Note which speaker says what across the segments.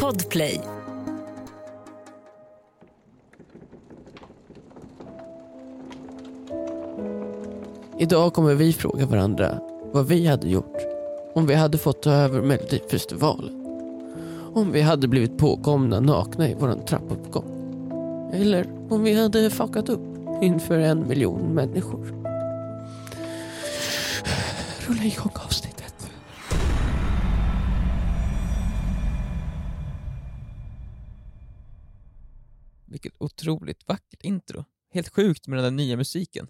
Speaker 1: Podplay.
Speaker 2: Idag kommer vi fråga varandra vad vi hade gjort om vi hade fått ta över Melodifestivalen. Om vi hade blivit påkomna nakna i våran trappuppgång. Eller om vi hade fuckat upp inför en miljon människor. Rulla igång avsnittet.
Speaker 3: Vilket otroligt vackert intro. Helt sjukt med den där nya musiken.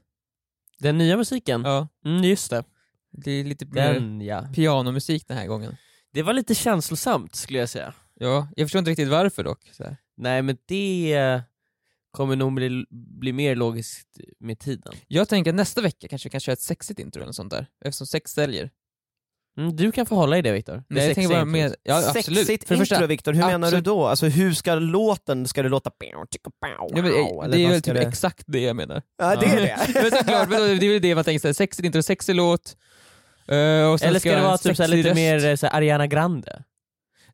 Speaker 2: Den nya musiken?
Speaker 3: Ja, Mm.
Speaker 2: Mm, just det.
Speaker 3: det är lite mer
Speaker 2: Den ja.
Speaker 3: pianomusik den här gången.
Speaker 2: Det var lite känslosamt skulle jag säga.
Speaker 3: Ja, jag förstår inte riktigt varför dock. Så här.
Speaker 2: Nej men det eh, kommer nog bli, bli mer logiskt med tiden.
Speaker 3: Jag tänker att nästa vecka kanske vi kan köra ett sexigt intro eller något sånt där, eftersom sex säljer.
Speaker 2: Mm, du kan få hålla i det Viktor.
Speaker 3: Nej, jag tänker bara mer, ja absolut.
Speaker 4: Sexigt
Speaker 3: För det första,
Speaker 4: intro Viktor, hur menar du
Speaker 3: absolut.
Speaker 4: då? Alltså hur ska låten, ska det låta pow, ticka, pow,
Speaker 3: ja, men,
Speaker 4: wow,
Speaker 3: eh,
Speaker 4: eller
Speaker 3: det är
Speaker 4: vad
Speaker 3: väl
Speaker 4: ska
Speaker 3: typ
Speaker 4: det-
Speaker 3: exakt det jag menar.
Speaker 4: Ja det är
Speaker 3: Ja.
Speaker 4: det.
Speaker 3: Men såklart, men då- det är väl det man tänker, så här, sexigt intro, sexig låt. eh, och sen
Speaker 2: Eller ska det
Speaker 3: jag ha
Speaker 2: vara
Speaker 3: en
Speaker 2: typ såhär
Speaker 3: sexig
Speaker 2: lite
Speaker 3: röst.
Speaker 2: mer eh, såhär Ariana Grande?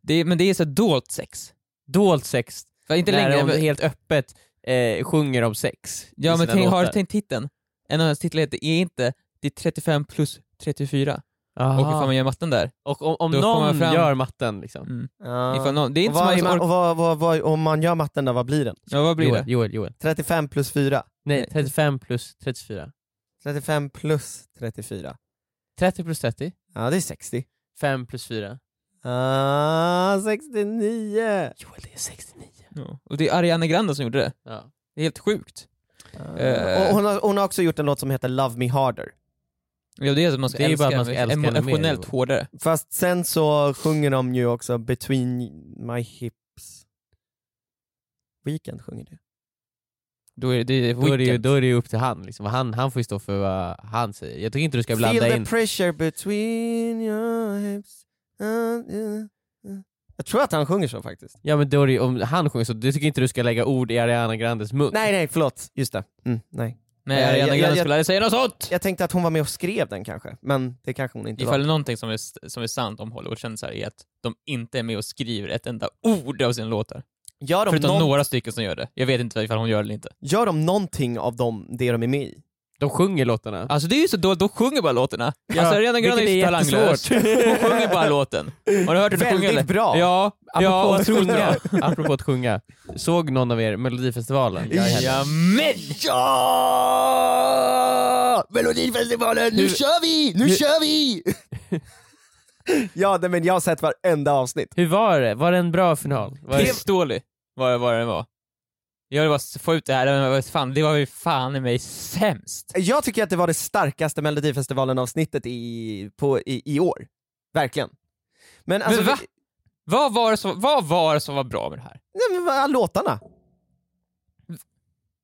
Speaker 3: Det är, men det är så här dolt sex.
Speaker 2: Dolt sex,
Speaker 3: För inte
Speaker 2: när
Speaker 3: längre,
Speaker 2: de
Speaker 3: men,
Speaker 2: helt öppet eh, sjunger om sex. i
Speaker 3: ja, men
Speaker 2: sina
Speaker 3: tänk, har du
Speaker 2: låtar.
Speaker 3: tänkt titeln? En av hans titlar heter är inte Det är 35 plus 34. Och hur
Speaker 2: Aha.
Speaker 3: fan man gör matten där.
Speaker 2: Och om, om
Speaker 3: Då kommer
Speaker 2: någon
Speaker 3: man fram.
Speaker 2: gör matten liksom.
Speaker 3: Mm.
Speaker 4: Ja.
Speaker 3: Ifall någon, det är
Speaker 4: Och
Speaker 3: inte så
Speaker 4: vad, är
Speaker 3: många
Speaker 4: man,
Speaker 3: som
Speaker 4: och
Speaker 3: orkar.
Speaker 4: vad, vad, vad, om man gör matten då, vad blir den?
Speaker 3: Ja, vad blir
Speaker 2: Joel,
Speaker 3: det?
Speaker 2: Joel, Joel.
Speaker 4: 35 plus 4?
Speaker 2: Nej, 35 plus 34.
Speaker 4: 35 plus 34?
Speaker 2: 30 plus 30.
Speaker 4: Ja det är 60.
Speaker 2: 5 plus 4.
Speaker 4: Ah, 69!
Speaker 2: Joel, det är 69.
Speaker 3: Ja. Och det är Ariana Grande som gjorde det.
Speaker 2: Ja.
Speaker 3: Det är helt sjukt.
Speaker 4: Ah. Och hon, har, hon har också gjort en låt som heter Love Me Harder.
Speaker 3: Ja, det är att man ska
Speaker 2: Det är ju bara
Speaker 3: älska,
Speaker 2: att man ska älska henne mer.
Speaker 3: emotionellt hårdare.
Speaker 4: Fast sen så sjunger de ju också Between My Hips. Weekend sjunger det.
Speaker 3: Då är det, det är
Speaker 2: Då, är det ju,
Speaker 3: Weeknd.
Speaker 2: då är det ju upp till han, liksom. han, han får ju stå för vad han säger. Jag tycker inte du ska blanda
Speaker 4: Feel
Speaker 2: in...
Speaker 4: the pressure between your hips. Uh, uh, uh. Jag tror att han sjunger så faktiskt.
Speaker 2: Ja men då är det, ju- om han sjunger så, du tycker inte du ska lägga ord i Ariana Grandes mun?
Speaker 4: Nej, nej, förlåt. Just det. Mm, nej.
Speaker 3: Nej,
Speaker 4: Eh,
Speaker 3: Ariana
Speaker 4: jag-
Speaker 3: Grande
Speaker 4: jag- jag-
Speaker 3: skulle aldrig säga något sånt!
Speaker 4: Jag tänkte att hon var med och skrev den kanske, men det kanske hon inte
Speaker 3: Ifall det
Speaker 4: var.
Speaker 3: är någonting som är, som är sant om Hollywoodkändisar är att de inte är med och skriver ett enda ord av sina låtar.
Speaker 4: Gör de,
Speaker 3: Förutom
Speaker 4: någon,
Speaker 3: några stycken som gör det. Jag vet inte ifall hon gör det eller inte.
Speaker 4: gör de någonting av dem, det de är med i?
Speaker 2: De sjunger låtarna.
Speaker 3: Alltså det är ju så dåligt, de sjunger bara låtarna.
Speaker 2: Ja,
Speaker 3: alltså Ariana Grande är ju
Speaker 2: vilket är
Speaker 3: talanglös. Hon sjunger bara låten. Har du hört henne sjunga eller?
Speaker 4: Väldigt bra!
Speaker 3: Ja,
Speaker 2: Apropå,
Speaker 3: ja,
Speaker 2: att sjunga, apropå att sjunga, såg någon av er Melodifestivalen? Jag är här.
Speaker 3: Jajamän!
Speaker 4: Ja! Melodifestivalen, nu,
Speaker 2: Hur-
Speaker 4: kör vi! Nu
Speaker 2: hur-
Speaker 4: kör vi! ja, nej, men jag har sett varenda avsnitt.
Speaker 2: Hur var det? Var det en bra final? Var det...
Speaker 3: Pissdålig var vad den var. Jag vill bara s- få ut det här, det var, fan, det var ju fan i mig sämst.
Speaker 4: Jag tycker att det var det starkaste Melodifestivalen-avsnittet i, på, i, i år. Verkligen. Men alltså,
Speaker 3: va? Vad var, det som, vad var det som var bra med det här?
Speaker 4: Nej, men vad- låtarna.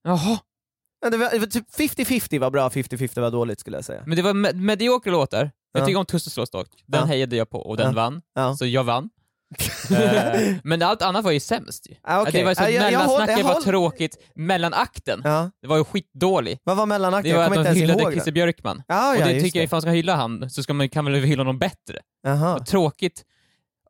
Speaker 3: Jaha,
Speaker 4: Ja, Det var, det var typ 50-50 var bra, 50-50 var dåligt skulle jag säga.
Speaker 3: men det var me- mediokra låtar. Jag
Speaker 4: Ja.
Speaker 3: tycker om Tusse slås dock. Den
Speaker 4: Ja.
Speaker 3: hejade jag på och den
Speaker 4: Ja.
Speaker 3: vann,
Speaker 4: Ja.
Speaker 3: så jag vann. Eh, men allt annat var ju sämst ju.
Speaker 4: Ah,
Speaker 3: Att Det var så,
Speaker 4: Ah, jag- jag
Speaker 3: mellansnacket
Speaker 4: håll- jag
Speaker 3: var
Speaker 4: håll-
Speaker 3: tråkigt, mellanakten,
Speaker 4: Ja.
Speaker 3: det var ju skitdålig.
Speaker 4: Vad var
Speaker 3: Det
Speaker 4: mellanakten?
Speaker 3: var
Speaker 4: Jag
Speaker 3: att
Speaker 4: kommer
Speaker 3: de
Speaker 4: inte ens
Speaker 3: hyllade
Speaker 4: ihåg
Speaker 3: Christer
Speaker 4: den.
Speaker 3: Björkman.
Speaker 4: Ah,
Speaker 3: och
Speaker 4: ja,
Speaker 3: det
Speaker 4: just
Speaker 3: tycker jag, ifall man ska hylla han så ska man, kan man väl hylla någon bättre.
Speaker 4: Jaha.
Speaker 3: Vad tråkigt.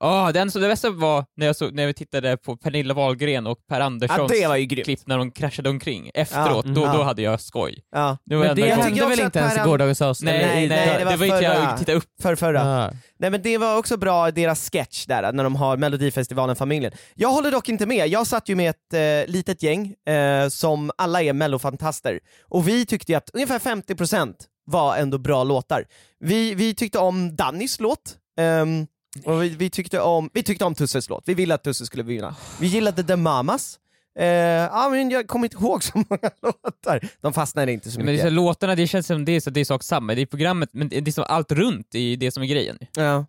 Speaker 3: Oh, den som det bästa var när, jag såg, när vi tittade på Pernilla Wahlgren och Per
Speaker 4: Ja,
Speaker 3: Anderssons
Speaker 4: det var ju grymt.
Speaker 3: klipp när de kraschade omkring. Efteråt,
Speaker 2: Ja,
Speaker 3: då,
Speaker 4: ja.
Speaker 3: då hade jag skoj.
Speaker 4: Ja.
Speaker 3: Det var
Speaker 2: Men det
Speaker 3: enda gången.
Speaker 4: tycker
Speaker 2: hände
Speaker 4: jag
Speaker 2: väl
Speaker 4: också
Speaker 2: inte
Speaker 4: att
Speaker 2: ens i
Speaker 4: Per-
Speaker 2: gårdagens avsnitt?
Speaker 3: Nej, nej,
Speaker 4: nej,
Speaker 3: det,
Speaker 4: det
Speaker 3: var
Speaker 4: var
Speaker 3: inte
Speaker 4: förra.
Speaker 3: jag titta upp.
Speaker 4: För förra.
Speaker 2: Ah.
Speaker 4: Nej men det var också bra, deras sketch där, när de har Melodifestivalen-familjen. Jag håller dock inte med, jag satt ju med ett eh, litet gäng eh, som alla är mellofantaster, och vi tyckte ju att ungefär 50% var ändå bra låtar. Vi, vi tyckte om Dannys låt, ehm, och vi, vi, tyckte om, vi tyckte om Tusses låt, vi ville att Tusse skulle vinna. Vi gillade The Mamas, eh, ja, men jag kommer inte ihåg så många låtar, de fastnade inte så
Speaker 3: Men det är
Speaker 4: mycket.
Speaker 3: så, här, låtarna, det känns som det är, så, det är sak samma. Det är programmet, men det är som allt runt är ju det som är grejen.
Speaker 4: Ja.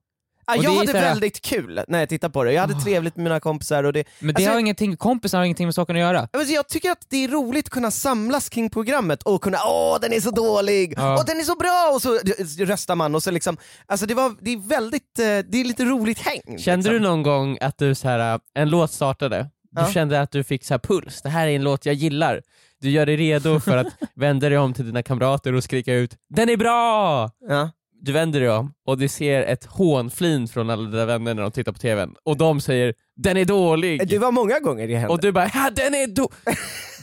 Speaker 4: Ah,
Speaker 3: Och det
Speaker 4: jag
Speaker 3: är
Speaker 4: hade
Speaker 3: så här- Ah.
Speaker 4: väldigt kul när jag tittade på det, jag hade trevligt med mina kompisar och det,
Speaker 3: Men det
Speaker 4: Alltså-
Speaker 3: har ingenting, kompisar har ingenting med saken att göra.
Speaker 4: Ja, men Alltså, Jag tycker att det är roligt att kunna samlas kring programmet och kunna åh den är så dålig,
Speaker 3: Ja.
Speaker 4: åh den är så bra och så röstar man och så liksom, alltså det var, det är väldigt, eh, det är lite roligt häng.
Speaker 2: Kände du
Speaker 4: liksom.
Speaker 2: någon gång att du så här, äh, en låt startade, du
Speaker 4: Ja.
Speaker 2: kände att du fick så här puls, det här är en låt jag gillar. Du gör dig redo för att vända dig om till dina kamrater och skrika ut “Den är bra!”
Speaker 4: Ja.
Speaker 2: Du vänder dig om och du ser ett hånflin från alla dina vänner när de tittar på TVn och de säger den är dålig.
Speaker 4: Det var många gånger det hände.
Speaker 2: Och du bara, ja den är då...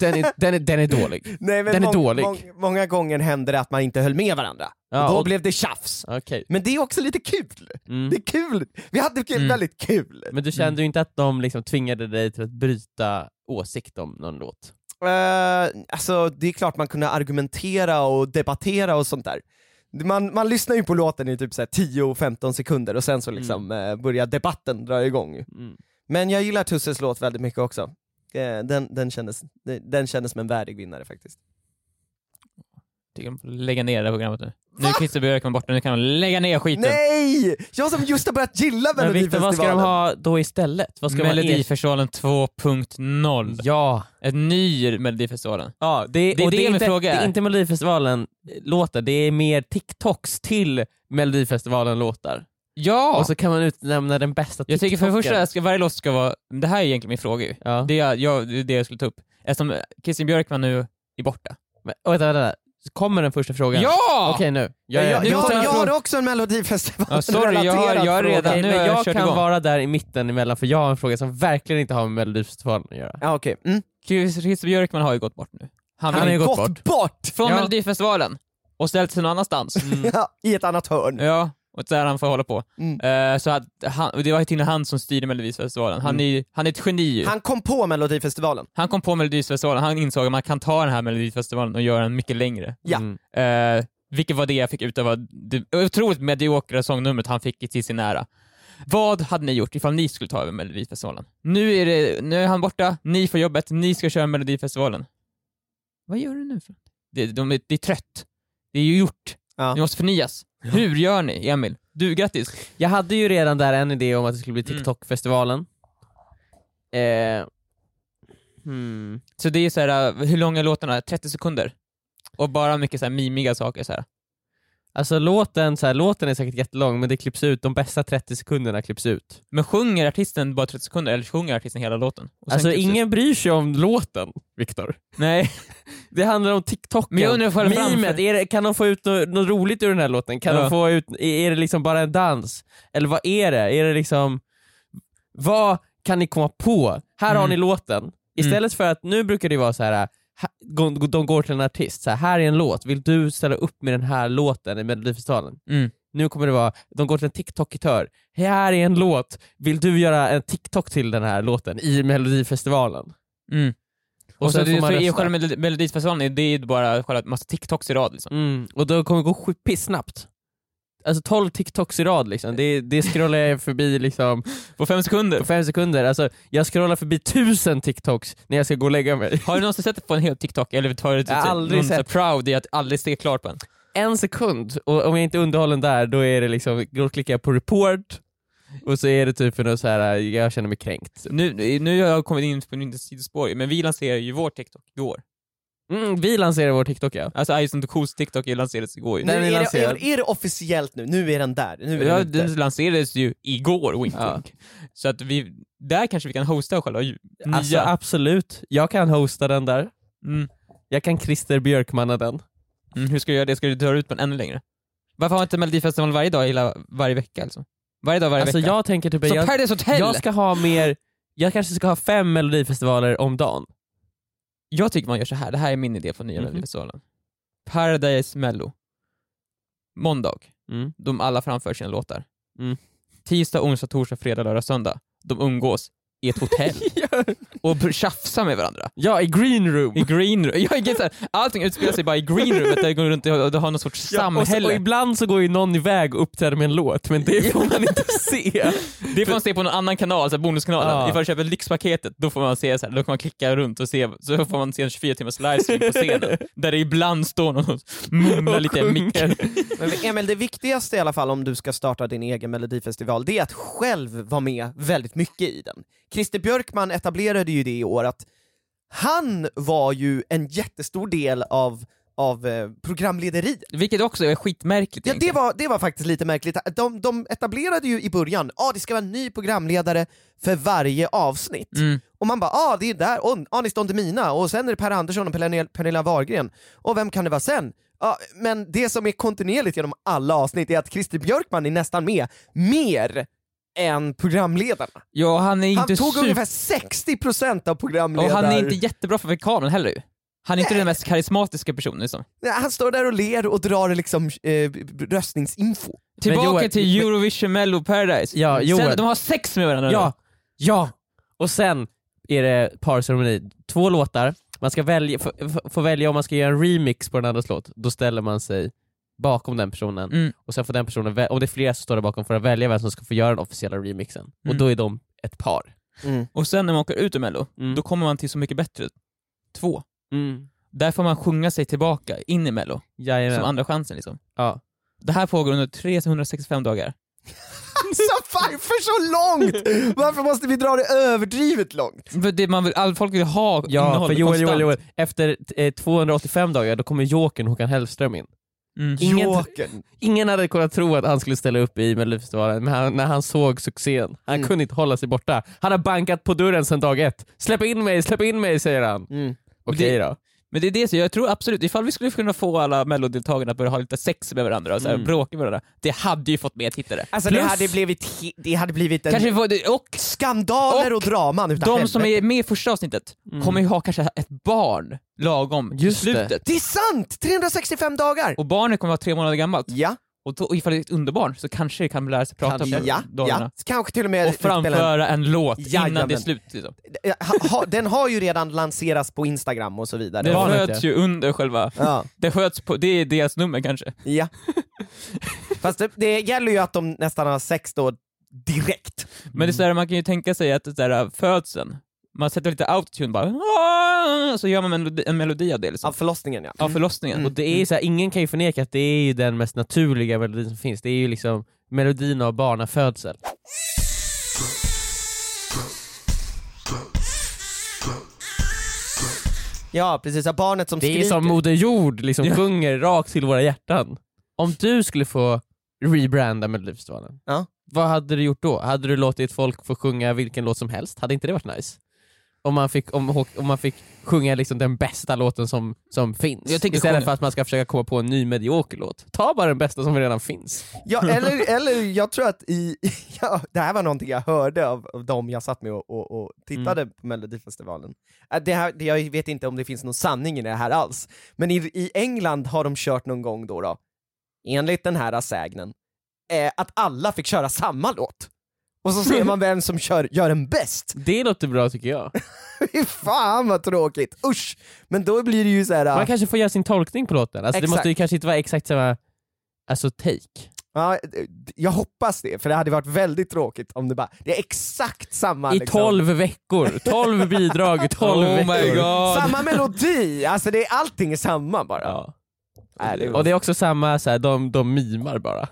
Speaker 2: Den är, den är, den är dålig.
Speaker 4: Nej, men
Speaker 2: den är
Speaker 4: mång-
Speaker 2: dålig.
Speaker 4: mång- många gånger hände det att man inte höll med varandra.
Speaker 2: Ja,
Speaker 4: och då
Speaker 2: och-
Speaker 4: blev det tjafs.
Speaker 2: Okej.
Speaker 4: Men det är också lite kul.
Speaker 2: Mm.
Speaker 4: Det är kul. Vi hade kul,
Speaker 3: Mm.
Speaker 4: väldigt kul.
Speaker 2: Men du kände ju inte att de liksom tvingade dig till att bryta åsikt om någon låt?
Speaker 4: Eh, alltså det är klart man kunde argumentera och debattera och sånt där. Man, man lyssnar ju på låten i typ 10-15 sekunder och sen så liksom eh, börjar debatten dra igång.
Speaker 2: Mm.
Speaker 4: Men jag gillar Tusses låt väldigt mycket också. Eh, den, den, kändes, den kändes som en värdig vinnare faktiskt.
Speaker 3: Tycker de får lägga ner det här programmet nu. Nu är Christer Björkman borta, nu kan de lägga ner skiten.
Speaker 4: Nej! Jag som just har börjat gilla
Speaker 2: Men Victor, vad ska de
Speaker 4: Melodifestivalen!
Speaker 2: ha då istället? Vad ska man ersätta-
Speaker 3: Melodifestivalen 2.0.
Speaker 2: Ja,
Speaker 3: En ny Melodifestivalen.
Speaker 2: ja det,
Speaker 3: Det är
Speaker 2: och
Speaker 3: det min
Speaker 2: inte,
Speaker 3: fråga
Speaker 2: det är
Speaker 3: är.
Speaker 2: inte Melodifestivalen-låtar, det är mer TikToks till Melodifestivalen-låtar.
Speaker 3: Ja!
Speaker 2: Och så kan man utnämna den bästa
Speaker 3: jag tycker för det
Speaker 2: TikTokern.
Speaker 3: första, ska, varje låt ska vara... Det här är egentligen min fråga ju.
Speaker 2: Ja.
Speaker 3: Det, är, jag, det är det jag skulle ta upp. Eftersom Christian Björkman nu är borta.
Speaker 2: Men, vänta, vänta, vänta. Kommer den första frågan?
Speaker 3: Ja!
Speaker 2: Okej nu. Jag,
Speaker 4: Jag,
Speaker 2: är-
Speaker 4: jag,
Speaker 3: Nu
Speaker 4: jag,
Speaker 3: måste jag
Speaker 4: har
Speaker 3: fråga-
Speaker 4: också en melodifestival
Speaker 3: Ja, sorry, jag har- jag har redan-
Speaker 2: Okej,
Speaker 3: nu
Speaker 2: men
Speaker 3: har jag
Speaker 2: jag
Speaker 3: kört
Speaker 2: kan
Speaker 3: igång.
Speaker 2: vara där i mitten emellan för jag har en fråga som verkligen inte har med Melodifestivalen att göra.
Speaker 4: Ja, okej. Mm.
Speaker 3: Chris- Christer Björkman har ju gått bort nu.
Speaker 4: Han
Speaker 3: vill-
Speaker 4: har gått bort,
Speaker 3: Från
Speaker 2: Ja.
Speaker 3: Melodifestivalen och ställt sig någon annanstans.
Speaker 4: Ja, i ett annat hörn.
Speaker 3: Ja, och där han får hålla på.
Speaker 4: Mm.
Speaker 3: Eh, så att han, och det var ju till och med han som styrde Melodifestivalen. Han, är, han är ett geni ju. Han,
Speaker 4: Han kom på melodifestivalen.
Speaker 3: kom på Melodifestivalen, han insåg att man kan ta den här Melodifestivalen och göra den mycket längre.
Speaker 4: Ja.
Speaker 2: Mm.
Speaker 3: Eh, vilket var det jag fick ut av det otroligt mediokra sångnumret han fick till sin ära. Vad hade ni gjort ifall ni skulle ta över Melodifestivalen? Nu är, det, nu är han borta, ni får jobbet, ni ska köra Melodifestivalen. Vad gör du nu? för Det, de, är- det är trött. Det är ju gjort.
Speaker 4: Ja.
Speaker 3: Det måste förnyas. Hur gör ni, Emil? Du, grattis.
Speaker 2: Jag hade ju redan där en idé om att det skulle bli
Speaker 3: Mm.
Speaker 2: TikTok-festivalen. Eh, hmm.
Speaker 3: Så det är så här, uh, hur långa är låtarna? 30 sekunder? Och bara mycket så här mimiga saker så här.
Speaker 2: Alltså låten, så här, låten är säkert jättelång men det klipps ut, de bästa 30 sekunderna klipps ut.
Speaker 3: Men sjunger artisten bara 30 sekunder, eller sjunger artisten hela låten? Och sen
Speaker 2: Alltså
Speaker 3: klipps det.
Speaker 2: ingen bryr sig om låten, Viktor.
Speaker 3: Nej.
Speaker 2: Det handlar om TikToken.
Speaker 3: Men jag undrar själv
Speaker 2: Mimet,
Speaker 3: framför-
Speaker 2: är det, kan de få ut något, något roligt ur den här låten? Kan
Speaker 3: Ja.
Speaker 2: de få ut, är det liksom bara en dans? Eller vad är det? Är det liksom, vad kan ni komma på? Här har
Speaker 3: Mm.
Speaker 2: ni låten. Istället för att, nu brukar det vara så här, äh, ha- gå- de går till en artist, så här, här är en låt, vill du ställa upp med den här låten i Melodifestivalen?
Speaker 3: Mm.
Speaker 2: Nu kommer det vara, de går till en TikTok-kitör, här är en låt, vill du göra en TikTok till den här låten i Melodifestivalen?
Speaker 3: Mm. Och, så,
Speaker 2: sen
Speaker 3: det,
Speaker 2: får man
Speaker 3: för i
Speaker 2: rösta.
Speaker 3: själva Melodi- Melodifestivalen, är det är ju bara själva massa TikToks i rad liksom.
Speaker 2: Mm, och då kommer det gå sj- pissnabbt. Alltså 12 TikToks i rad liksom. det, det scrollar jag förbi liksom
Speaker 3: På fem
Speaker 2: på
Speaker 3: sekunder.
Speaker 2: fem sekunder. Alltså, jag scrollar förbi tusen TikToks när jag ska gå och lägga mig.
Speaker 3: Har du någonsin sett på en hel TikTok, eller har du
Speaker 2: Jag har aldrig
Speaker 3: någon Typ. Mm, så här
Speaker 2: sett.
Speaker 3: proud i att aldrig se klart på en?
Speaker 2: En sekund, och om jag inte är underhållen där då, är det liksom, då klickar jag på report och så är det typ för något så här jag känner mig kränkt.
Speaker 3: Nu, nu har jag kommit in på mitt sidospår ju, men vi lanserar ju vår TikTok igår.
Speaker 2: Mm, vi lanserar vår TikTok ja.
Speaker 3: Alltså Ison Tokuls TikTok lanserades igår ju.
Speaker 4: Nu
Speaker 2: Den är
Speaker 4: är, det,
Speaker 2: lanserad.
Speaker 4: är, är det officiellt nu? Nu är den där. Nu är
Speaker 3: Ja,
Speaker 4: den ute.
Speaker 3: den lanserades ju igår, Wink
Speaker 2: Ja.
Speaker 3: Wink. Så att vi, där kanske vi kan hosta själva ju- nya...
Speaker 2: Alltså absolut, jag kan hosta den där.
Speaker 3: mm.
Speaker 2: Jag kan Christer Björkmanna den.
Speaker 3: Mm, hur ska du göra det? Ska du dra ut på den ännu längre? Varför har inte Melodifestivalen varje dag, hela, varje vecka alltså? Varje dag, varje
Speaker 2: Alltså
Speaker 3: vecka.
Speaker 2: jag tänker typ att
Speaker 3: Som
Speaker 2: jag,
Speaker 3: Paradise Hotel!
Speaker 2: jag ska ha mer, jag kanske ska ha fem melodifestivaler om dagen.
Speaker 3: Jag tycker man gör så här. det här är min idé på nya
Speaker 2: Mhm.
Speaker 3: Melodifestivalen. Paradise Mello. Måndag,
Speaker 2: Mm.
Speaker 3: de alla framför sina låtar.
Speaker 2: Mm.
Speaker 3: Tisdag, onsdag, torsdag, fredag, lördag, söndag. De umgås i ett hotell och br- tjafsar med varandra.
Speaker 2: Ja, i green room.
Speaker 3: I green room. Jag är så här, allting utspelar sig bara i green roomet där det går runt och och det har någon sorts
Speaker 2: och, så, och
Speaker 3: samhälle.
Speaker 2: ibland så går ju någon iväg och uppträder med en låt, men det får man inte se.
Speaker 3: Det får man se på någon annan kanal, så här bonuskanalen.
Speaker 2: Ja.
Speaker 3: Ifall du köper lyxpaketet, då får man se så här, då kan man klicka runt och se, så får man se en 24 timmars livestream på scenen. där det ibland står någon och mumlar
Speaker 2: Och
Speaker 3: lite i micken.
Speaker 4: Men Emil, det viktigaste i alla fall om du ska starta din egen melodifestival, det är att själv vara med väldigt mycket i den. Christer Björkman etablerade ju det i år att han var ju en jättestor del av, av eh, programlederiet.
Speaker 3: Vilket också är skitmärkligt
Speaker 4: Ja, det,
Speaker 3: egentligen.
Speaker 4: var, det var faktiskt lite märkligt. De, de etablerade ju i början, ah, det ska vara en ny programledare för varje avsnitt.
Speaker 3: Mm.
Speaker 4: Och man bara, ah det är där, och Anis Don Demina, och sen är det Per Andersson och Pernilla- Pernilla Wahlgren. Och vem kan det vara sen? Ja, men det som är kontinuerligt genom alla avsnitt är att Christer Björkman är nästan med mer än programledarna.
Speaker 3: Ja, han är
Speaker 4: Han
Speaker 3: inte
Speaker 4: tog
Speaker 3: super...
Speaker 4: ungefär 60% av
Speaker 3: Och
Speaker 4: programledar...
Speaker 3: han är inte jättebra för kameran heller ju. Han är inte den mest karismatiska personen liksom.
Speaker 4: Nej, Han står där och ler och drar liksom eh, b- b- röstningsinfo.
Speaker 3: Tillbaka
Speaker 2: Joel-
Speaker 3: till Eurovision Mello Paradise.
Speaker 2: Ja, Joel.
Speaker 3: Sen, de har sex med varandra
Speaker 2: Ja, ja! Och sen är det parceremoni. Två låtar, man ska välja, få, få- få välja om man ska göra en remix på den andras låt. Då ställer man sig bakom den personen
Speaker 3: nu. Mm.
Speaker 2: och sen får den personen, vä- om det är flera som står där bakom, får den välja vem som ska få göra den officiella remixen. Och
Speaker 3: Mm.
Speaker 2: då är de ett par.
Speaker 4: Mm.
Speaker 3: Och sen när man åker ut ur Mello,
Speaker 2: Mm.
Speaker 3: då kommer man till Så mycket bättre två. Där får man sjunga sig tillbaka in i Mello,
Speaker 2: Jajamän.
Speaker 3: Mm. som andra chansen liksom.
Speaker 2: Ja.
Speaker 3: Det här pågår under 365 dagar.
Speaker 4: Alltså varför så långt? Varför måste vi dra det överdrivet långt?
Speaker 3: För det man vill, all, folk vill ha
Speaker 2: Ja,
Speaker 3: innehåll
Speaker 2: för Joel, Joel,
Speaker 3: konstant.
Speaker 2: Joel, efter eh, 285 dagar då kommer Jokern Håkan Hellström in.
Speaker 3: Mm.
Speaker 2: Ingen-
Speaker 4: Jokern.
Speaker 2: Ingen hade kunnat tro att han skulle ställa upp i Melodifestivalen, men han, när han såg succén, han
Speaker 4: Mm.
Speaker 2: kunde inte hålla sig borta. Han har bankat på dörren sedan dag ett. Släpp in mig, släpp in mig, säger han.
Speaker 4: Mm.
Speaker 2: Okej då.
Speaker 3: Men det är det, så jag tror absolut, ifall vi skulle kunna få alla mellodeltagarna att börja ha lite sex med varandra och så här,
Speaker 2: Mm.
Speaker 3: bråka med varandra, det hade ju fått mer tittare.
Speaker 4: Alltså det
Speaker 3: Plus-
Speaker 4: hade blivit, he- det hade blivit en
Speaker 3: Kanske få, det- och
Speaker 4: skandaler och, draman utan
Speaker 3: de som
Speaker 4: helvete.
Speaker 3: är med i första avsnittet kommer ju ha kanske ett barn lagom i
Speaker 2: Just det.
Speaker 3: slutet.
Speaker 4: Det är sant! 365 dagar!
Speaker 3: Och barnet kommer vara tre månader gammalt.
Speaker 4: Ja,
Speaker 3: Och, då, och ifall det är ett underbarn så kanske det kan lära sig prata med
Speaker 4: ja,
Speaker 3: dagarna.
Speaker 4: ja. Kanske till och med
Speaker 3: Och
Speaker 4: utspela en-
Speaker 3: framföra en låt innan
Speaker 4: Jajamän.
Speaker 3: det är slut. Liksom.
Speaker 4: Ha, ha, den har ju redan lanserats på Instagram och så vidare.
Speaker 3: Det
Speaker 2: barnet,
Speaker 3: sköts ju under själva...
Speaker 4: Ja,
Speaker 3: Det sköts på, det är deras nummer kanske.
Speaker 4: ja. Fast det, det gäller ju att de nästan har sex då direkt.
Speaker 3: Men det är så här, man kan ju tänka sig att det där äh, födseln, man sätter lite autotune bara, "Aah", så gör man en melodi, en melodi av det liksom.
Speaker 4: Av förlossningen ja.
Speaker 3: Av förlossningen.
Speaker 2: Och det är ju så här, ingen kan ju förneka att det är ju den mest naturliga melodin som finns. Det är ju liksom melodin av barnafödsel.
Speaker 4: Ja precis, ja, barnet som
Speaker 2: Det är
Speaker 4: skriker.
Speaker 2: som Moder Jord liksom
Speaker 3: Ja.
Speaker 2: sjunger rakt till våra hjärtan. Om du skulle få rebranda Melodifestivalen,
Speaker 4: Ja.
Speaker 2: vad hade du gjort då? Hade du låtit folk få sjunga vilken låt som helst? Hade inte det varit nice? Om man fick, om, Håk- om man fick sjunga liksom den bästa låten som, som finns,
Speaker 3: Jag tänker
Speaker 2: istället
Speaker 3: sjunga.
Speaker 2: för att man ska försöka komma på en ny medioker låt. Ta bara den bästa som redan finns.
Speaker 4: Ja, eller, eller jag tror att i, ja, det här var någonting jag hörde av, av dem jag satt med och, och, och tittade
Speaker 2: Mm.
Speaker 4: på Melodifestivalen. Äh, Det här, det, jag vet inte om det finns någon sanning i det här alls, men i, i England har de kört någon gång då, då enligt den här sägnen, eh, att alla fick köra samma låt. Och så ser man vem som kör, gör den bäst.
Speaker 2: Det låter bra tycker jag.
Speaker 4: Fy fan vad tråkigt, usch! Men då blir det ju så här.
Speaker 2: Man kanske får göra sin tolkning på låten. Alltså, det
Speaker 4: Exakt.
Speaker 2: måste ju kanske inte vara exakt samma alltså, take.
Speaker 4: ja, eh, jag hoppas det, för det hade varit väldigt tråkigt om det bara, det är exakt samma
Speaker 2: I
Speaker 4: liksom.
Speaker 2: 12 veckor, 12 bidrag, 12
Speaker 3: Oh
Speaker 2: veckor.
Speaker 3: my god!
Speaker 4: Samma melodi, alltså det är, allting är samma bara.
Speaker 2: Ja.
Speaker 4: Nej, det är-
Speaker 2: Och det är också samma, så här, de, de mimar bara.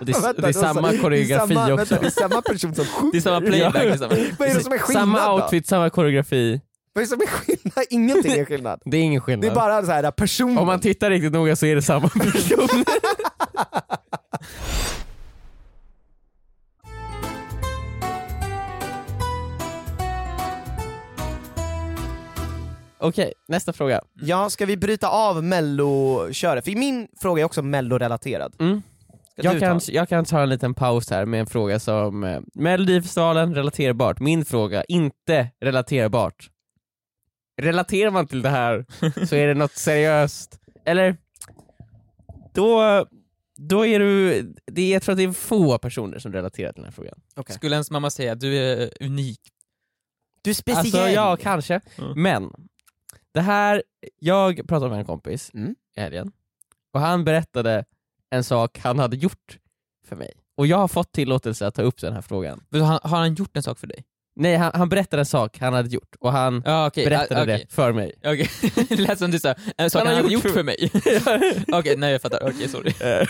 Speaker 2: Och det, är,
Speaker 4: Vänta,
Speaker 2: det är
Speaker 4: då sa-
Speaker 2: samma koreografi
Speaker 4: det är samma,
Speaker 2: också.
Speaker 4: vänta, det är samma person som sjunger.
Speaker 3: Det är samma playback liksom.
Speaker 4: Vad är det som är skillnad
Speaker 2: samma
Speaker 4: då?
Speaker 2: outfit, samma koreografi.
Speaker 4: Vad är det som är skillnad? Ingenting är skillnad.
Speaker 2: Det är ingen skillnad.
Speaker 4: Det är bara så här äh, personen.
Speaker 2: Om man tittar riktigt noga så är det samma person. Okej, nästa fråga.
Speaker 4: Ja, ska vi bryta av melloköret? För min fråga är också mellorelaterad.
Speaker 2: Mm.
Speaker 4: Ska du
Speaker 2: Jag
Speaker 4: ta
Speaker 2: kan,
Speaker 4: den?
Speaker 2: jag kan ta en liten paus här med en fråga som eh, Melodifestivalen, relaterbart. Min fråga, inte relaterbart. Relaterar man till det här så är det något seriöst. Eller, då, då är du... Det, jag tror att det är få personer som relaterar till den här frågan.
Speaker 4: Okej.
Speaker 3: Skulle ens mamma säga du är äh, unik?
Speaker 4: Du är speciell.
Speaker 2: Alltså, ja, kanske.
Speaker 3: Mm.
Speaker 2: Men, det här... Jag pratade med en kompis
Speaker 4: Mm.
Speaker 2: i helgen och han berättade en sak han hade gjort för mig. Och jag har fått tillåtelse att ta upp den här frågan.
Speaker 3: Vet du, Har har han gjort en sak för dig?
Speaker 2: Nej, han, han berättade en sak han hade gjort och han
Speaker 3: Ja okej.
Speaker 2: berättade
Speaker 3: Ah,
Speaker 2: det för mig.
Speaker 3: Okej, det lät som du sa, en sak
Speaker 2: Han
Speaker 3: han,
Speaker 2: har
Speaker 3: har
Speaker 2: gjort
Speaker 3: gjort för mig. Okej, nej jag fattar. Okej, sorry.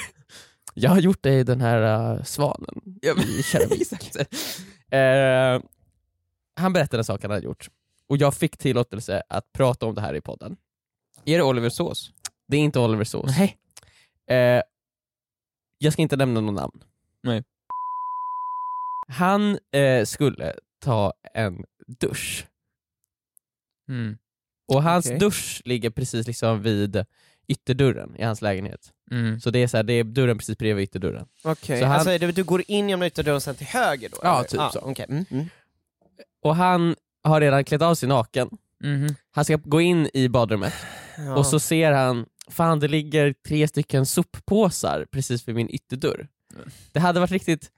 Speaker 2: Jag har gjort det i den här eh, svanen
Speaker 3: Ja, men-
Speaker 2: i keramik.
Speaker 3: Exakt.
Speaker 2: Eh, han berättade en sak han hade gjort och jag fick tillåtelse att prata om det här i podden.
Speaker 3: Är det Oliver Sås?
Speaker 2: Det är inte Oliver Sås.
Speaker 3: Nej.
Speaker 2: Eh, jag ska inte nämna någon namn.
Speaker 3: Nej.
Speaker 2: Han eh, skulle ta en dusch
Speaker 3: Mm.
Speaker 2: och hans
Speaker 4: Okej.
Speaker 2: dusch ligger precis liksom vid ytterdörren i hans lägenhet.
Speaker 3: Mm.
Speaker 2: Så det är, så här, det är dörren precis bredvid ytterdörren.
Speaker 4: Okej,
Speaker 2: Så han-
Speaker 4: alltså du, du går in genom ytterdörren sen till höger då?
Speaker 2: Ja,
Speaker 4: eller?
Speaker 2: typ så.
Speaker 4: okej. Mm. Mm.
Speaker 2: Och han har redan klätt av sig naken.
Speaker 3: Mm.
Speaker 2: Han ska gå in i badrummet
Speaker 4: Ja.
Speaker 2: och så ser han, fan det ligger tre stycken soppåsar precis vid min ytterdörr. Det hade varit riktigt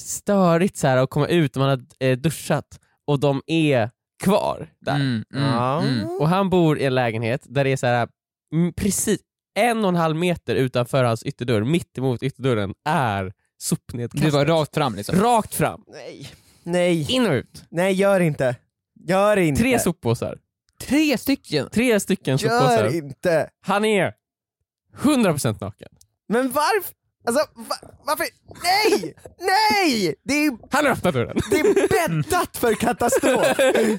Speaker 2: störigt så här att komma ut om man hade eh, duschat och de är kvar där.
Speaker 3: Mm, mm,
Speaker 4: ja.
Speaker 3: mm.
Speaker 2: Och han bor i en lägenhet där det är så här, mm, precis en och en halv meter utanför hans ytterdörr, mitt emot ytterdörren, är
Speaker 3: Det
Speaker 2: sopnedkastet.
Speaker 3: var rakt fram liksom.
Speaker 2: Rakt fram,
Speaker 4: Nej, nej,
Speaker 2: in och ut.
Speaker 4: nej gör inte. Gör inte.
Speaker 2: Tre soppåsar.
Speaker 3: Tre stycken!
Speaker 2: Tre stycken
Speaker 4: Gör
Speaker 2: soppåsar.
Speaker 4: inte.
Speaker 2: Han är 100% naken.
Speaker 4: Men varför? Alltså va- varför? Nej! Nej! Det är,
Speaker 2: Han har öppnat dörren.
Speaker 4: det är bäddat för katastrof.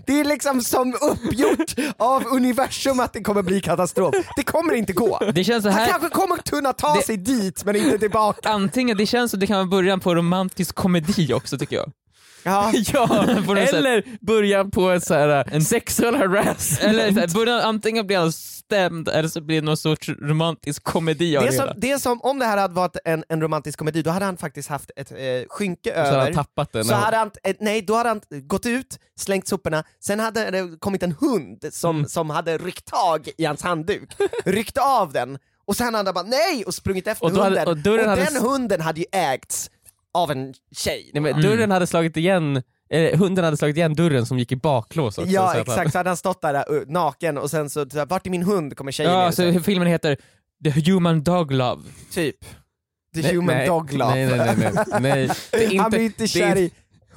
Speaker 4: Det är liksom som uppgjort av universum att det kommer bli katastrof. Det kommer inte gå.
Speaker 3: Det känns så
Speaker 4: Han
Speaker 3: här,
Speaker 4: kanske kommer kunna ta
Speaker 3: Det-
Speaker 4: sig dit men inte tillbaka.
Speaker 3: antingen, det känns som det kan vara början på romantisk komedi också tycker jag.
Speaker 4: Ja.
Speaker 2: Ja,
Speaker 3: På något sätt.
Speaker 2: eller början på ett så här, en sexual harassment.
Speaker 3: Eller så här, början, antingen blir han stämd eller så blir det någon sorts romantisk komedi av
Speaker 4: Det
Speaker 3: det,
Speaker 4: är, som,
Speaker 3: hela.
Speaker 4: det är som om det här hade varit en, en romantisk komedi, då hade han faktiskt haft ett eh, skynke
Speaker 2: så har
Speaker 4: över.
Speaker 2: han tappat den.
Speaker 4: Så hade han, eh, nej, då hade han gått ut, slängt soporna, sen hade det kommit en hund som,
Speaker 2: Mm.
Speaker 4: som hade ryckt tag i hans handduk, ryckt av den, och sen hade han bara nej och sprungit efter
Speaker 2: Och då hade-
Speaker 4: hunden.
Speaker 2: och dörren hade
Speaker 4: den
Speaker 2: s-
Speaker 4: hunden hade ju ägts av en tjej.
Speaker 2: Nej, men
Speaker 3: Mm.
Speaker 2: dörren hade slagit igen, eh, hunden hade slagit igen dörren som gick i baklås också.
Speaker 4: ja
Speaker 2: så att han-
Speaker 4: exakt, så hade han stått där uh, naken och sen så, så, vart är min hund? Kommer tjejen
Speaker 3: Ja,
Speaker 4: in.
Speaker 3: så filmen heter The Human Dog Love.
Speaker 4: Typ. The human
Speaker 2: nej,
Speaker 4: dog love.
Speaker 2: Nej, nej, nej. nej, nej. Det är
Speaker 4: han blir
Speaker 2: inte,
Speaker 4: inte
Speaker 2: det är
Speaker 4: kär i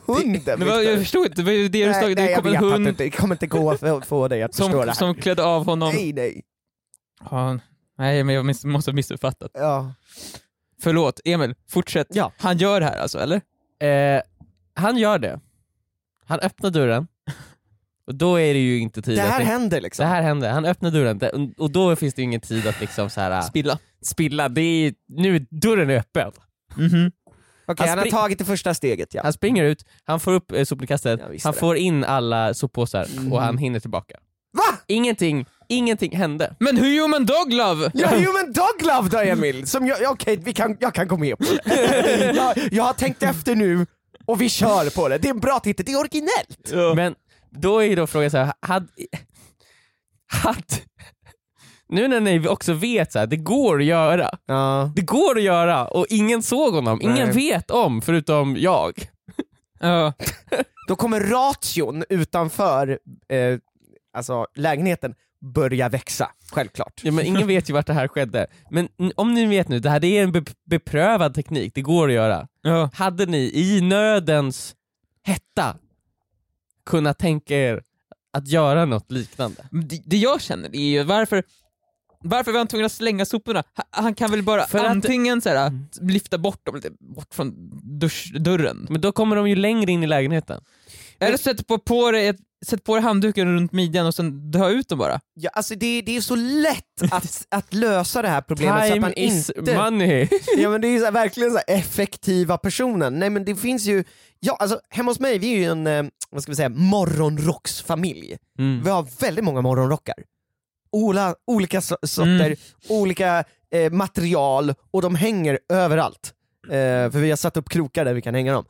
Speaker 4: hunden.
Speaker 3: Det var, jag
Speaker 4: Victor.
Speaker 3: förstod inte, det var ju det du sa, det
Speaker 4: jag
Speaker 3: kom en
Speaker 4: vet att
Speaker 3: hund
Speaker 4: det- Det kommer inte gå att få dig att förstå det
Speaker 3: som,
Speaker 4: här.
Speaker 3: som klädde av honom.
Speaker 4: Nej, nej.
Speaker 3: Ja, nej, men jag miss, måste ha missuppfattat.
Speaker 4: Ja.
Speaker 3: Förlåt, Emil, fortsätt.
Speaker 4: Ja.
Speaker 3: Han gör det här alltså, eller?
Speaker 2: eh, han gör det. Han öppnar dörren. Och då är det ju inte tid
Speaker 4: Det
Speaker 2: att...
Speaker 4: här
Speaker 2: tänka-
Speaker 4: händer liksom.
Speaker 2: det här hände. Han öppnar dörren det- och då finns det ju ingen tid att liksom så här,
Speaker 3: Spilla.
Speaker 2: spilla. Det är, nu är dörren är öppen.
Speaker 4: Mhm. Okej,
Speaker 2: Han
Speaker 4: han har
Speaker 2: spring-
Speaker 4: tagit det första steget ja.
Speaker 2: Han springer ut, han får upp eh, sopnedkastet,
Speaker 4: Jag visste
Speaker 2: han
Speaker 4: det. Mm.
Speaker 2: får in alla soppåsar och han hinner tillbaka.
Speaker 4: Va?
Speaker 2: Ingenting, ingenting hände.
Speaker 3: Men Human Dog Love!
Speaker 4: Ja, human dog love då Emil! Som jag, ja, okej, vi kan, jag kan gå med på det. jag, jag har tänkt efter nu och vi kör på det. Det är en bra titel, det är originellt!
Speaker 2: Men då är ju då frågan så här, hade... hade nu när ni också vet så här, det går att göra.
Speaker 4: Ja.
Speaker 2: Det går att göra och ingen såg honom, ingen
Speaker 4: Nej.
Speaker 2: vet om förutom jag.
Speaker 3: Ja.
Speaker 4: Då kommer ration utanför eh, alltså, lägenheten börja växa, självklart.
Speaker 2: Ja, men ingen vet ju vart det här skedde. Men n- om ni vet nu, det här det är en be- beprövad teknik, det går att göra.
Speaker 3: Ja.
Speaker 2: Hade ni i nödens hetta kunnat tänka er att göra något liknande?
Speaker 3: Det, det jag känner är ju varför varför var han tvungen att slänga soporna? Ha- Han kan väl bara
Speaker 2: För att-
Speaker 3: antingen så här, lyfta bort dem lite bort från duschdörren.
Speaker 2: Men då kommer de ju längre in i lägenheten.
Speaker 3: Eller sätt på, på dig ett- sätt på dig handduken runt midjan och sen dra ut dem bara.
Speaker 4: Ja, alltså det, det är så lätt att, att lösa det här problemet så att
Speaker 2: Time
Speaker 4: man
Speaker 2: is
Speaker 4: inte...
Speaker 2: money.
Speaker 4: Ja men det är ju så här, verkligen så här effektiva personen. Nej men det finns ju, ja alltså hemma hos mig vi är ju en, eh, vad ska vi säga, morgonrocksfamilj.
Speaker 2: Mm.
Speaker 4: Vi har väldigt många morgonrockar. Ola, olika so- sorter,
Speaker 3: Mm.
Speaker 4: olika eh, material och de hänger överallt. Eh, för vi har satt upp krokar där vi kan hänga dem.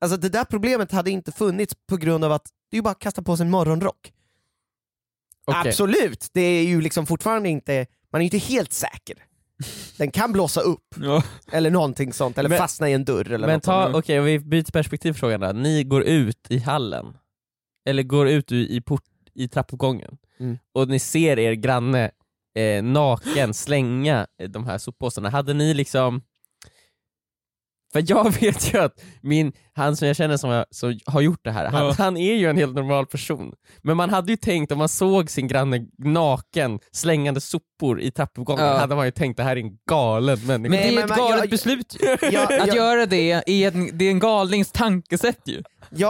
Speaker 4: Alltså det där problemet hade inte funnits på grund av att det är ju bara att kasta på sig en morgonrock.
Speaker 2: Okej.
Speaker 4: Absolut, det är ju liksom fortfarande inte, man är ju inte helt säker. Den kan blåsa upp. Eller någonting sånt, eller
Speaker 2: Men-
Speaker 4: fastna i en dörr eller
Speaker 2: Men
Speaker 4: något sånt.
Speaker 2: ta, okej vi byter perspektiv på frågan då. Ni går ut i hallen, eller går ut i, i, port, i trappuppgången,
Speaker 4: Mm.
Speaker 2: och ni ser er granne eh, naken slänga eh, de här soppåsarna. Hade ni liksom... För jag vet ju att min, han som jag känner som, jag, som har gjort det här, han,
Speaker 3: Ja.
Speaker 2: han är ju en helt normal person. Men man hade ju tänkt, om man såg sin granne naken slängande sopor i trappuppgången,
Speaker 3: Ja.
Speaker 2: hade man ju tänkt det här är en galen människa.
Speaker 3: Men det är
Speaker 4: men
Speaker 3: ju ett
Speaker 4: man-
Speaker 3: galet
Speaker 4: jag-
Speaker 3: beslut ju.
Speaker 4: Jag,
Speaker 3: Att
Speaker 4: jag, jag,
Speaker 3: göra det är, en, det är en galnings tankesätt ju.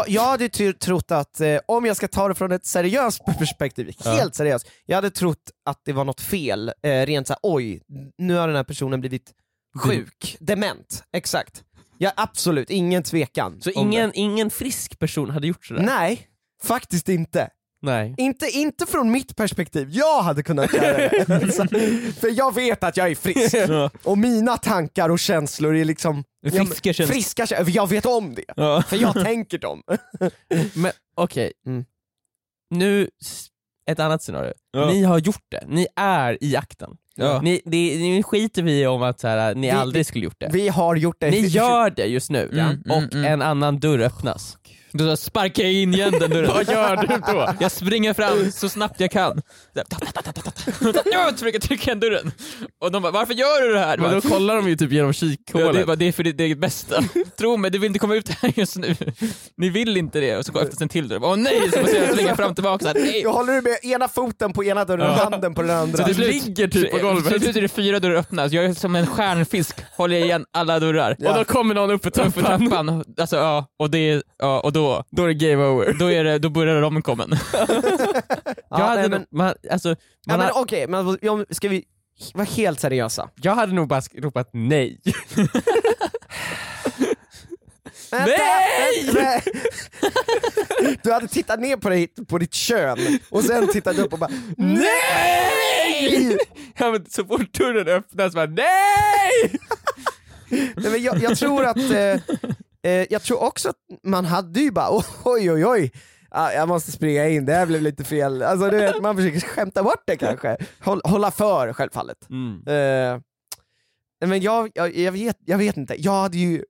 Speaker 4: jag, hade ty- trott att, eh, om jag ska ta det från ett seriöst perspektiv, helt seriöst, jag hade trott att det var något fel, eh, rent såhär oj, nu har den här personen blivit sjuk, dement, exakt. Ja absolut, ingen tvekan.
Speaker 2: Så
Speaker 4: om
Speaker 2: ingen, ingen frisk person hade gjort
Speaker 4: det.
Speaker 2: sådär?
Speaker 4: Nej, faktiskt inte.
Speaker 2: Nej.
Speaker 4: Inte, inte från mitt perspektiv, jag hade kunnat göra det. Så- För jag vet att jag är frisk.
Speaker 3: Ja.
Speaker 4: Och mina tankar och känslor är liksom Ja, men-
Speaker 3: Friska känns...
Speaker 4: friska känslor. Jag vet om det,
Speaker 3: Ja.
Speaker 4: för jag tänker dem.
Speaker 2: Men okej,
Speaker 4: Mm.
Speaker 2: nu s- ett annat scenario.
Speaker 3: Ja.
Speaker 2: Ni har gjort det, ni är i akten.
Speaker 3: Ja.
Speaker 2: Ni, det, ni skiter vi i om att så här, ni
Speaker 4: Vi-
Speaker 2: aldrig skulle gjort det.
Speaker 4: Vi har gjort det.
Speaker 2: Ni gör det just nu
Speaker 3: Mm,
Speaker 2: ja.
Speaker 3: mm,
Speaker 2: och
Speaker 3: mm.
Speaker 2: en annan dörr öppnas.
Speaker 3: Då så sparkar jag in igen den dörren. Vad gör du då? Jag springer fram så snabbt jag kan. Så här, ta, ta, ta, ta, ta, ta. Jag försöker trycka igen dörren. Och de bara, varför gör du det här?
Speaker 2: Men då kollar de ju typ genom
Speaker 3: Ja, det,
Speaker 2: kikhålet.
Speaker 3: var det är för ditt eget bästa. Tro mig, du vill inte komma ut här just nu. Ni vill inte det. Och så går öppnas en till dörr. Åh nej! Så måste jag springa fram och tillbaka. Så här, nej.
Speaker 4: Jag håller med ena foten på ena dörren och handen på den andra.
Speaker 3: Så till
Speaker 2: Du
Speaker 3: slut-
Speaker 2: ligger typ på
Speaker 3: Så till
Speaker 2: golvet
Speaker 3: slut är det fyra dörrar öppnas. Jag är som en stjärnfisk. Håller igen alla dörrar.
Speaker 4: Ja.
Speaker 2: och då kommer någon upp för
Speaker 3: Upp för
Speaker 2: trappan.
Speaker 3: trappan. Alltså ja, och det är, ja, och då,
Speaker 2: Då är det game over.
Speaker 3: då är det, då börjar romcomen.
Speaker 4: Ja,
Speaker 2: jag,
Speaker 4: nej,
Speaker 2: hade
Speaker 4: men-
Speaker 2: nog, man, alltså, man
Speaker 4: Ja, men
Speaker 2: hade,
Speaker 4: Okej, men om- ska vi vara helt seriösa?
Speaker 2: jag hade nog bara sk- ropat nej.
Speaker 4: Vänta,
Speaker 2: Nej!
Speaker 4: vänta, vä- Du hade tittat ner på, dig, på ditt kön och sen tittat upp och bara
Speaker 2: Nej! Ja, men så fort dörren öppnas bara nej!
Speaker 4: Nej, men jag, jag tror att, eh, eh, jag tror också att man hade ju bara oj oj oj, ah, jag måste springa in, det här blev lite fel. Alltså, du vet, man försöker skämta bort det kanske, Håll, hålla för självfallet.
Speaker 2: Mm,
Speaker 4: Eh, nej, men jag, jag, jag, vet, jag vet inte, jag hade ju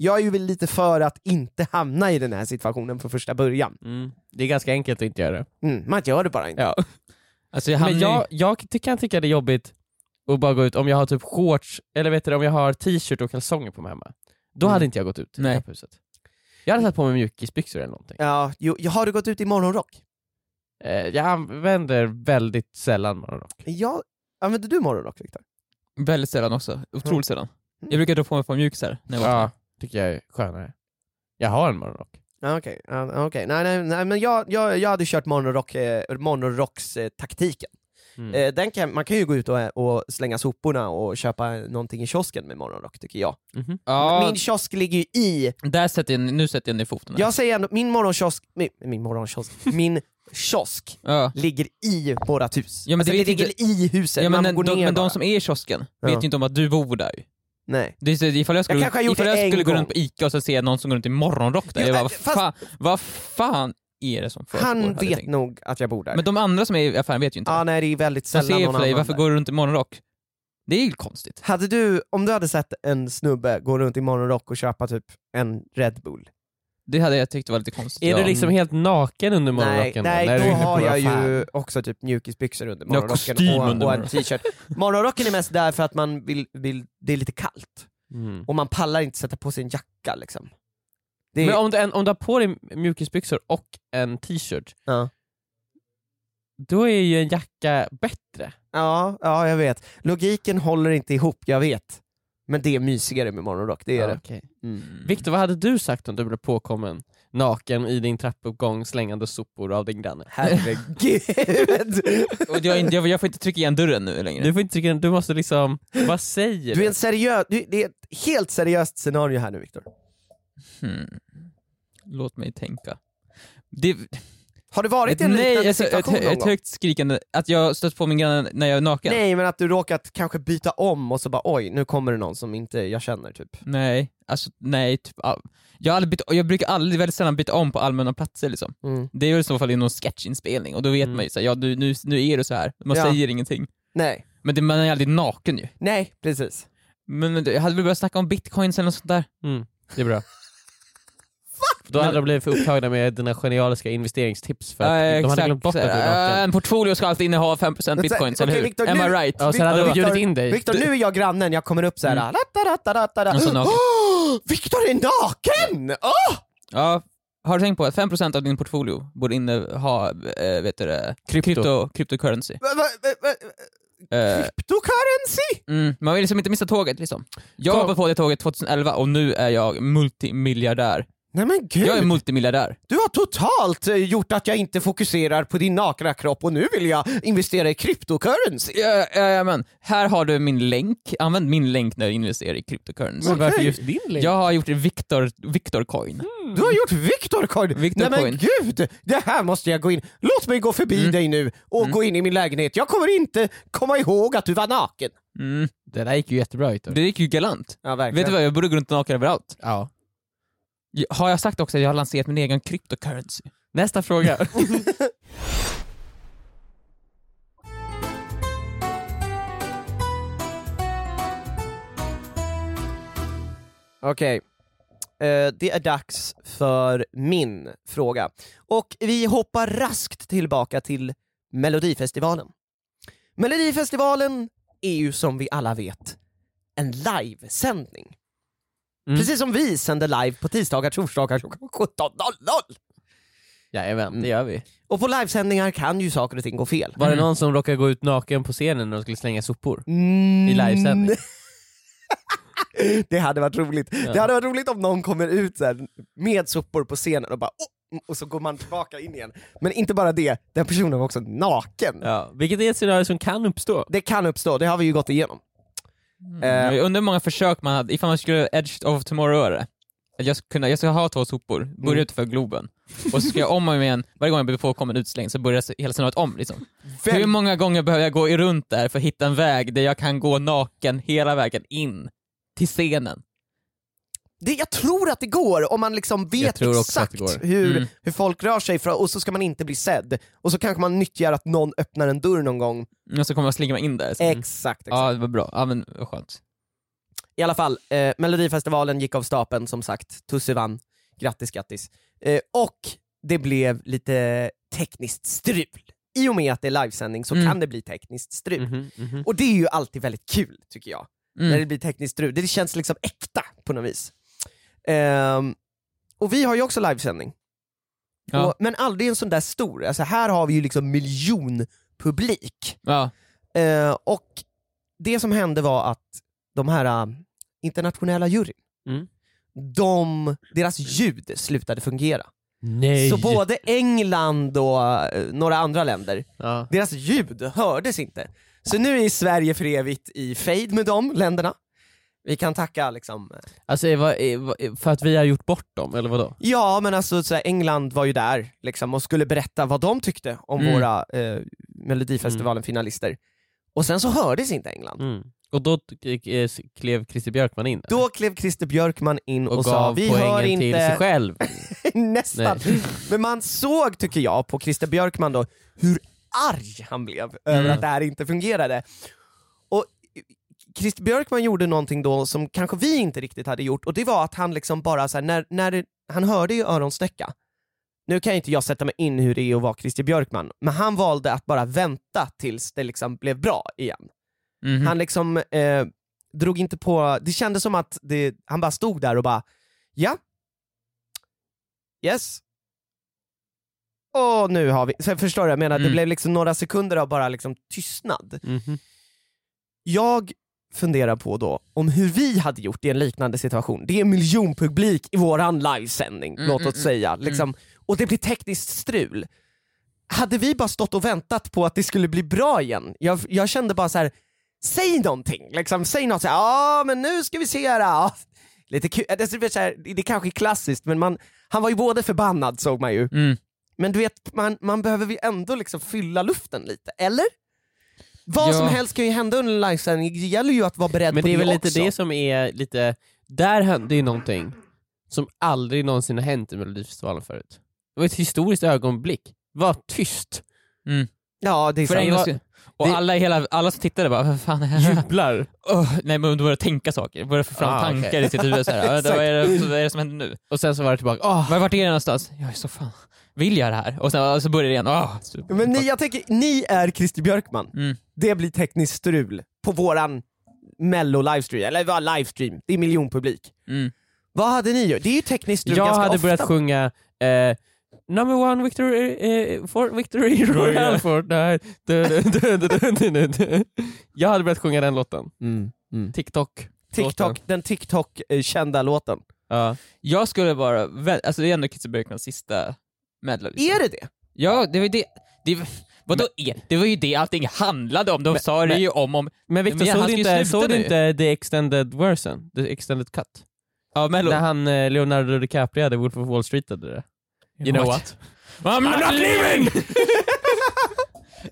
Speaker 4: jag är ju väl lite för att inte hamna i den här situationen från första början.
Speaker 2: mm. Det är ganska enkelt att inte göra det.
Speaker 4: Mm, man gör det bara inte.
Speaker 2: Ja.
Speaker 3: Alltså jag
Speaker 2: Men jag, jag ty- kan tycka det är jobbigt att bara gå ut om jag har typ shorts, eller vet du, om jag har t-shirt och kalsonger på mig hemma. Då
Speaker 4: Mm.
Speaker 2: hade inte jag gått ut i
Speaker 3: Nej.
Speaker 2: trapphuset. Jag hade satt på mig mjukisbyxor eller någonting.
Speaker 4: Ja, jo, har du gått ut i morgonrock?
Speaker 2: Eh, jag använder väldigt sällan morgonrock.
Speaker 4: Jag, använder du morgonrock Viktor?
Speaker 3: Väldigt sällan också. Otroligt sällan. Jag brukar dra på mig ett par mjukisar. när jag vaknar.
Speaker 2: Ja, tycker jag är skönare. Jag har en morgonrock.
Speaker 4: Ja, Okej, ja, okej. nej, nej, nej men jag, jag, jag hade kört morgonrock, eh, morgonrocks eh, taktiken.
Speaker 2: Mm.
Speaker 4: Eh, den kan, man kan ju gå ut och, eh, och slänga soporna och köpa någonting i kiosken med morgonrock tycker jag.
Speaker 3: Ja,
Speaker 4: Min kiosk ligger ju i,
Speaker 3: där sätter jag, nu sätter jag ner foten. här.
Speaker 4: jag säger ändå, min morgonkiosk, min, min morgonkiosk, min kiosk
Speaker 3: Ja.
Speaker 4: ligger i vårt hus.
Speaker 3: Ja, men
Speaker 4: alltså,
Speaker 3: det
Speaker 4: det,
Speaker 3: vet
Speaker 4: ligger i huset,
Speaker 3: Ja, men,
Speaker 4: man
Speaker 3: den,
Speaker 4: går
Speaker 3: de,
Speaker 4: ner
Speaker 3: men
Speaker 4: bara.
Speaker 3: de som är i kiosken
Speaker 4: Ja.
Speaker 3: vet ju inte om att du bor där. ju.
Speaker 4: Nej.
Speaker 3: Det är så, ifall jag skulle,
Speaker 4: kanske har gjort
Speaker 3: ifall
Speaker 4: det
Speaker 3: jag
Speaker 4: en
Speaker 3: skulle gå
Speaker 4: gång.
Speaker 3: runt på ICA och så ser jag någon som går runt i morgonrock där,
Speaker 4: Ja, äh,
Speaker 3: jag bara, vad,
Speaker 4: fast-
Speaker 3: fan, vad fan är det som försiggår?
Speaker 4: Han
Speaker 3: hade jag
Speaker 4: vet
Speaker 3: tänkt.
Speaker 4: nog att jag bor där.
Speaker 3: Men de andra som är i affären vet ju inte.
Speaker 4: ja, nej, det är väldigt
Speaker 3: de
Speaker 4: sällan
Speaker 3: ser ju
Speaker 4: någon
Speaker 3: för dig,
Speaker 4: annan
Speaker 3: varför
Speaker 4: där.
Speaker 3: går du runt i morgonrock? Det är ju konstigt.
Speaker 4: Hade du, om du hade sett en snubbe gå runt i morgonrock och köpa typ en Red Bull?
Speaker 3: Det hade jag tyckt var lite konstigt.
Speaker 2: Är
Speaker 3: ja.
Speaker 2: du liksom helt naken under
Speaker 4: Nej,
Speaker 2: morgonrocken?
Speaker 4: nej
Speaker 2: när
Speaker 4: då
Speaker 2: du är ute på
Speaker 4: har jag
Speaker 2: affär?
Speaker 4: ju också typ mjukisbyxor under
Speaker 3: Jag har
Speaker 4: morgonrocken
Speaker 3: kostym
Speaker 4: och,
Speaker 3: under
Speaker 4: och en
Speaker 3: morgonrocken.
Speaker 4: t-shirt. Morgonrocken är mest där för att man vill, vill, det är lite kallt
Speaker 2: Mm.
Speaker 4: och man pallar inte sätta på sig en jacka liksom. Det är,
Speaker 2: Men om du, en, om du har på dig mjukisbyxor och en t-shirt,
Speaker 4: Ja.
Speaker 2: då är ju en jacka bättre.
Speaker 4: ja, ja, jag vet. Logiken håller inte ihop, jag vet. Men det är mysigare med morgonrock, det är det.
Speaker 2: okej.
Speaker 4: Mm.
Speaker 2: Viktor, vad hade du sagt om du blev påkommen naken i din trappuppgång slängande sopor av din granne?
Speaker 4: Herregud!
Speaker 3: Och jag, är inte- jag, jag får inte trycka igen dörren nu längre.
Speaker 2: Du får inte tycka, du måste liksom, vad säger
Speaker 4: Du
Speaker 2: du?
Speaker 4: är en seriös, du, det är ett helt seriöst scenario här nu Viktor.
Speaker 3: Hmm. Låt mig tänka. Det,
Speaker 4: Har du varit i en
Speaker 3: nej,
Speaker 4: liknande
Speaker 3: alltså, ett,
Speaker 4: situation någon
Speaker 3: ett
Speaker 4: gång?
Speaker 3: högt skrikande, att jag stött på min granne när jag är naken.
Speaker 4: Nej men att du råkat kanske byta om och så bara oj, nu kommer det någon som inte jag känner typ.
Speaker 3: Nej, alltså nej. Typ, all- jag, har aldrig bytt, jag brukar aldrig, väldigt sällan byta om på allmänna platser liksom.
Speaker 4: Mm.
Speaker 3: Det är väl i så fall i någon sketchinspelning och då vet
Speaker 2: Mm.
Speaker 3: man ju såhär, ja du, nu, nu är det så här. man
Speaker 4: Ja.
Speaker 3: säger ingenting.
Speaker 4: Nej,
Speaker 3: Men det, man är aldrig naken ju.
Speaker 4: nej precis.
Speaker 3: Men, men jag hade väl börjat snacka om bitcoins eller något sånt där.
Speaker 2: Mm, det är bra. Då hade de blivit för upptagna med dina genialiska investeringstips för att
Speaker 3: Ja,
Speaker 2: de hade
Speaker 3: exakt,
Speaker 2: glömt bort att
Speaker 3: så
Speaker 2: du
Speaker 3: här,
Speaker 2: är
Speaker 3: "Äh,
Speaker 2: naken.
Speaker 3: En portfolio ska alltid inneha 5% bitcoins,
Speaker 4: Okej,
Speaker 3: eller hur?
Speaker 4: Viktor,
Speaker 3: Am I
Speaker 4: nu-
Speaker 3: right?
Speaker 2: Ja, sen hade de
Speaker 4: Viktor-
Speaker 2: bjudit in dig.
Speaker 4: Viktor, nu är jag grannen, jag kommer upp såhär
Speaker 3: Mm.
Speaker 4: mm.
Speaker 3: Och så naken.
Speaker 4: oh, Viktor är naken! Åh!
Speaker 3: Ja, har du tänkt på att 5% av din portfolio borde inneha, äh, vet du det,
Speaker 2: Krypto.
Speaker 3: Krypto, cryptocurrency.
Speaker 4: Va- va- va- va-
Speaker 3: Eh,
Speaker 4: Cryptocurrency?
Speaker 3: Mm, man vill liksom inte missa tåget liksom. Jag
Speaker 2: Kom.
Speaker 3: hoppade på det tåget 2011 och nu är jag multimiljardär
Speaker 4: Nej men gud,
Speaker 3: Jag är multimiljardär.
Speaker 4: du har totalt eh, gjort att jag inte fokuserar på din nakna kropp och nu vill jag investera i cryptocurrency.
Speaker 3: Ja, ja, ja, men. Här har du min länk. Använd min länk när du investerar i cryptocurrency.
Speaker 2: Men varför just din länk?
Speaker 3: Jag har gjort Victor, Victor coin.
Speaker 4: Du har gjort Victorcoin!
Speaker 3: Victor
Speaker 4: Nej
Speaker 3: Coin. Mm.
Speaker 4: men gud, det här måste jag gå in. Låt mig gå förbi dig nu och gå in i min lägenhet. Jag kommer inte komma ihåg att du var naken.
Speaker 3: Mm.
Speaker 2: Det där gick ju jättebra Victor.
Speaker 3: Det gick ju galant.
Speaker 4: Ja,
Speaker 3: Vet du vad, jag borde gå runt naken överallt.
Speaker 2: Ja.
Speaker 3: Har jag sagt också att jag har lanserat min egen cryptocurrency?
Speaker 2: Nästa fråga.
Speaker 4: Okej. Eh, det är dags för min fråga. Och vi hoppar raskt tillbaka till Melodifestivalen. Melodifestivalen är ju som vi alla vet en livesändning.
Speaker 2: Mm.
Speaker 4: Precis som vi sänder live på tisdagar, torsdagar klockan 17.00.
Speaker 2: Jajamän, det gör vi.
Speaker 4: Och på livesändningar kan ju saker och ting gå fel.
Speaker 2: Var det
Speaker 3: Mm.
Speaker 2: någon som råkade gå ut naken på scenen när de skulle slänga sopor?
Speaker 4: Mm.
Speaker 2: I livesändning?
Speaker 4: Det hade varit roligt. Det hade varit roligt om någon kommer ut så här, med sopor på scenen och bara "Åh!" och så går man tillbaka in igen. Men inte bara det, den personen var också naken.
Speaker 2: Ja. Vilket är ett scenario som kan uppstå.
Speaker 4: Det kan uppstå, det har vi ju gått igenom.
Speaker 2: Mm.
Speaker 4: Eh,
Speaker 3: Jag undrar hur många försök man hade, ifall man skulle Edge of tomorrow göra det. Att Jag ska, kunna, jag ska ha två sopor, börja
Speaker 4: Mm.
Speaker 3: utanför Globen, och så ska jag om och om igen, varje gång jag blir påkommen utslängd så börjar hela scenariot om. Liksom. Hur
Speaker 4: vem,
Speaker 3: många gånger behöver jag gå i runt där för att hitta en väg där jag kan gå naken hela vägen in till scenen?
Speaker 4: det, jag tror att det går om man liksom
Speaker 2: Jag
Speaker 4: vet
Speaker 2: tror också att
Speaker 4: exakt
Speaker 2: det går.
Speaker 4: hur,
Speaker 3: Mm.
Speaker 4: hur folk rör sig för, och så ska man inte bli sedd. Och så kanske man nyttjar att någon öppnar en dörr någon gång.
Speaker 3: Och så kommer jag slinga mig in där. Så.
Speaker 2: Mm.
Speaker 4: Exakt, exakt.
Speaker 3: Ja, det var bra. Ja, men vad skönt.
Speaker 4: I alla fall, eh, Melodifestivalen gick av stapeln som sagt, Tusse vann. Grattis, grattis. Eh, och det blev lite tekniskt strul. I och med att det är livesändning så
Speaker 3: Mm.
Speaker 4: kan det bli tekniskt strul.
Speaker 2: Mhm,
Speaker 4: Och det är ju alltid väldigt kul tycker jag, när det
Speaker 3: Mm.
Speaker 4: blir tekniskt strul. Det känns liksom äkta på något vis. Ehm, och vi har ju också livesändning.
Speaker 3: Ja.
Speaker 4: Och, men aldrig en sån där stor. Alltså här har vi ju liksom miljonpublik.
Speaker 3: Ja.
Speaker 4: Eh, och det som hände var att de här eh, internationella juryn,
Speaker 2: Mm.
Speaker 4: de, deras ljud slutade fungera.
Speaker 2: Nej!
Speaker 4: Så både England och eh, några andra länder,
Speaker 2: Ja.
Speaker 4: deras ljud hördes inte. Så nu är Sverige för evigt i fade med de länderna. Vi kan tacka liksom, eh,
Speaker 2: Alltså eh, vad- eh, vad- eh, för att vi har gjort bort dem, eller vadå?
Speaker 4: ja men alltså så här, England var ju där liksom, och skulle berätta vad de tyckte om
Speaker 3: Mm.
Speaker 4: våra eh,
Speaker 2: Mm.
Speaker 4: Melodifestivalen-finalister. Och sen så hördes inte England.
Speaker 2: Och då t- eh, s- klev Christer Björkman in där.
Speaker 4: Då klev Christer Björkman in och,
Speaker 2: och,
Speaker 4: sa
Speaker 2: gav
Speaker 4: vi hör
Speaker 2: poängen
Speaker 4: inte...
Speaker 2: till sig själv.
Speaker 4: Nästan. Men man såg, tycker jag, på Christer Björkman då hur arg han blev över
Speaker 3: Mm.
Speaker 4: att det här inte fungerade. Och Christer Björkman gjorde någonting då som kanske vi inte riktigt hade gjort och det var att han liksom bara så här, när, när det, han hörde ju öronsnäcka, nu kan ju inte jag sätta mig in hur det är att vara Christer Björkman, men han valde att bara vänta tills det liksom blev bra igen.
Speaker 3: Mhm.
Speaker 4: Han liksom eh, drog inte på, det kändes som att det, han bara stod där och bara ja, yes, och nu har vi, så jag förstår du, jag menar det
Speaker 3: Mm.
Speaker 4: blev liksom några sekunder av bara liksom tystnad.
Speaker 2: Mhm.
Speaker 4: Jag funderar på då om hur vi hade gjort i en liknande situation. Det är en miljon publik i våran livesändning,
Speaker 3: Mm,
Speaker 4: låt
Speaker 3: mm,
Speaker 4: oss säga. Liksom, och det blir tekniskt strul. Hade vi bara stått och väntat på att det skulle bli bra igen? Jag, jag kände bara så här. säg någonting, liksom, säg något såhär, ja men nu ska vi se här. ja." Lite kul, det, är så här, det det kanske är klassiskt men man, han var ju både förbannad såg man ju,
Speaker 3: Mm.
Speaker 4: men du vet man, man behöver ju ändå liksom fylla luften lite, eller? Vad
Speaker 3: Ja.
Speaker 4: som helst kan ju hända under en livesändning, det gäller ju att vara beredd
Speaker 2: Men
Speaker 4: på
Speaker 2: det
Speaker 4: det,
Speaker 2: är väl
Speaker 4: också.
Speaker 2: lite det som är lite, där hände ju någonting som aldrig någonsin har hänt i Melodifestivalen förut. Det var ett historiskt ögonblick. Var tyst.
Speaker 4: Ja, det är
Speaker 3: För
Speaker 4: sant.
Speaker 3: en gångs skull. Och
Speaker 2: det-
Speaker 3: alla, i hela, alla som tittade bara, vad fan är det här?
Speaker 2: Jublar.
Speaker 3: Öh, nej men du börjar tänka saker, börjar få fram
Speaker 2: Ah,
Speaker 3: tankar
Speaker 2: okej.
Speaker 3: i sitt huvud. Så här, "Ja, vad, är det, vad är det som händer nu?
Speaker 2: Och sen så var det tillbaka, ah,
Speaker 3: Var vart är det någonstans? Jag är så fan, vill jag det här? Och sen ja, så börjar det igen. Ah, så-
Speaker 4: Men ni, jag tänker, ni är Christer Björkman.
Speaker 3: Mm.
Speaker 4: Det blir tekniskt strul på våran mello-livestream, eller vad livestream, det är miljonpublik.
Speaker 3: Mm.
Speaker 4: Vad hade ni gjort? Det är ju tekniskt strul
Speaker 2: jag
Speaker 4: ganska
Speaker 2: hade
Speaker 4: ofta.
Speaker 2: börjat sjunga eh, Number one victory, eh, for victory royal for die. Du, du, du, du, du, du, du. Jag hade börjat sjunga den låten.
Speaker 4: Mm, mm.
Speaker 2: TikTok.
Speaker 4: TikTok, den TikTok-kända låten.
Speaker 2: Ja.
Speaker 3: Jag skulle bara, vä- alltså det är ändå Kitzeburkans sista medley. liksom.
Speaker 4: Är det det?
Speaker 3: Ja, det var ju det. det vadå är? Det var ju det allting handlade om. De sa det ju om, om
Speaker 2: Men Victor,
Speaker 3: Men han
Speaker 2: såg du
Speaker 3: ska ju
Speaker 2: inte,
Speaker 3: sluta
Speaker 2: såg du
Speaker 3: nu.
Speaker 2: inte the extended version? The extended cut?
Speaker 3: ja, Mello.
Speaker 2: När han, eh, Leonardo DiCaprio hade Wolf of Wall Street hade det.
Speaker 3: You know what? I'm not leaving!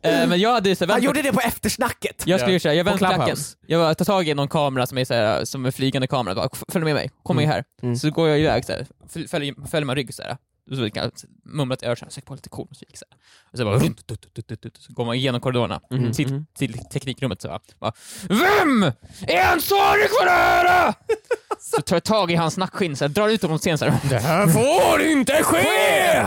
Speaker 3: Eh, men jag hade ju så här,
Speaker 4: Han
Speaker 3: väntat-
Speaker 4: gjorde det på eftersnacket.
Speaker 3: Jag
Speaker 2: Ja.
Speaker 3: skulle göra såhär, jag
Speaker 2: På
Speaker 3: vänder klacken.
Speaker 2: Clubhouse.
Speaker 3: Jag bara tar tag i någon kamera som är, såhär, som en flygande kamera, bara, "F- följ med mig, kom med här.
Speaker 4: Mm.
Speaker 3: Så går jag iväg såhär, F- följer, följer man rygg såhär. Så kan jag mumla till örat såhär, sätt på lite cool musik såhär. Och så bara, runt, tut, tut, tut, tut, tut. så går man igenom korridorerna
Speaker 2: Mhm.
Speaker 3: till,
Speaker 2: Mhm.
Speaker 3: till teknikrummet så bara, VEM är ansvarig för det här? så tar jag tag i hans nackskinn, såhär, drar ut honom mot scenen såhär. Det här får inte ske!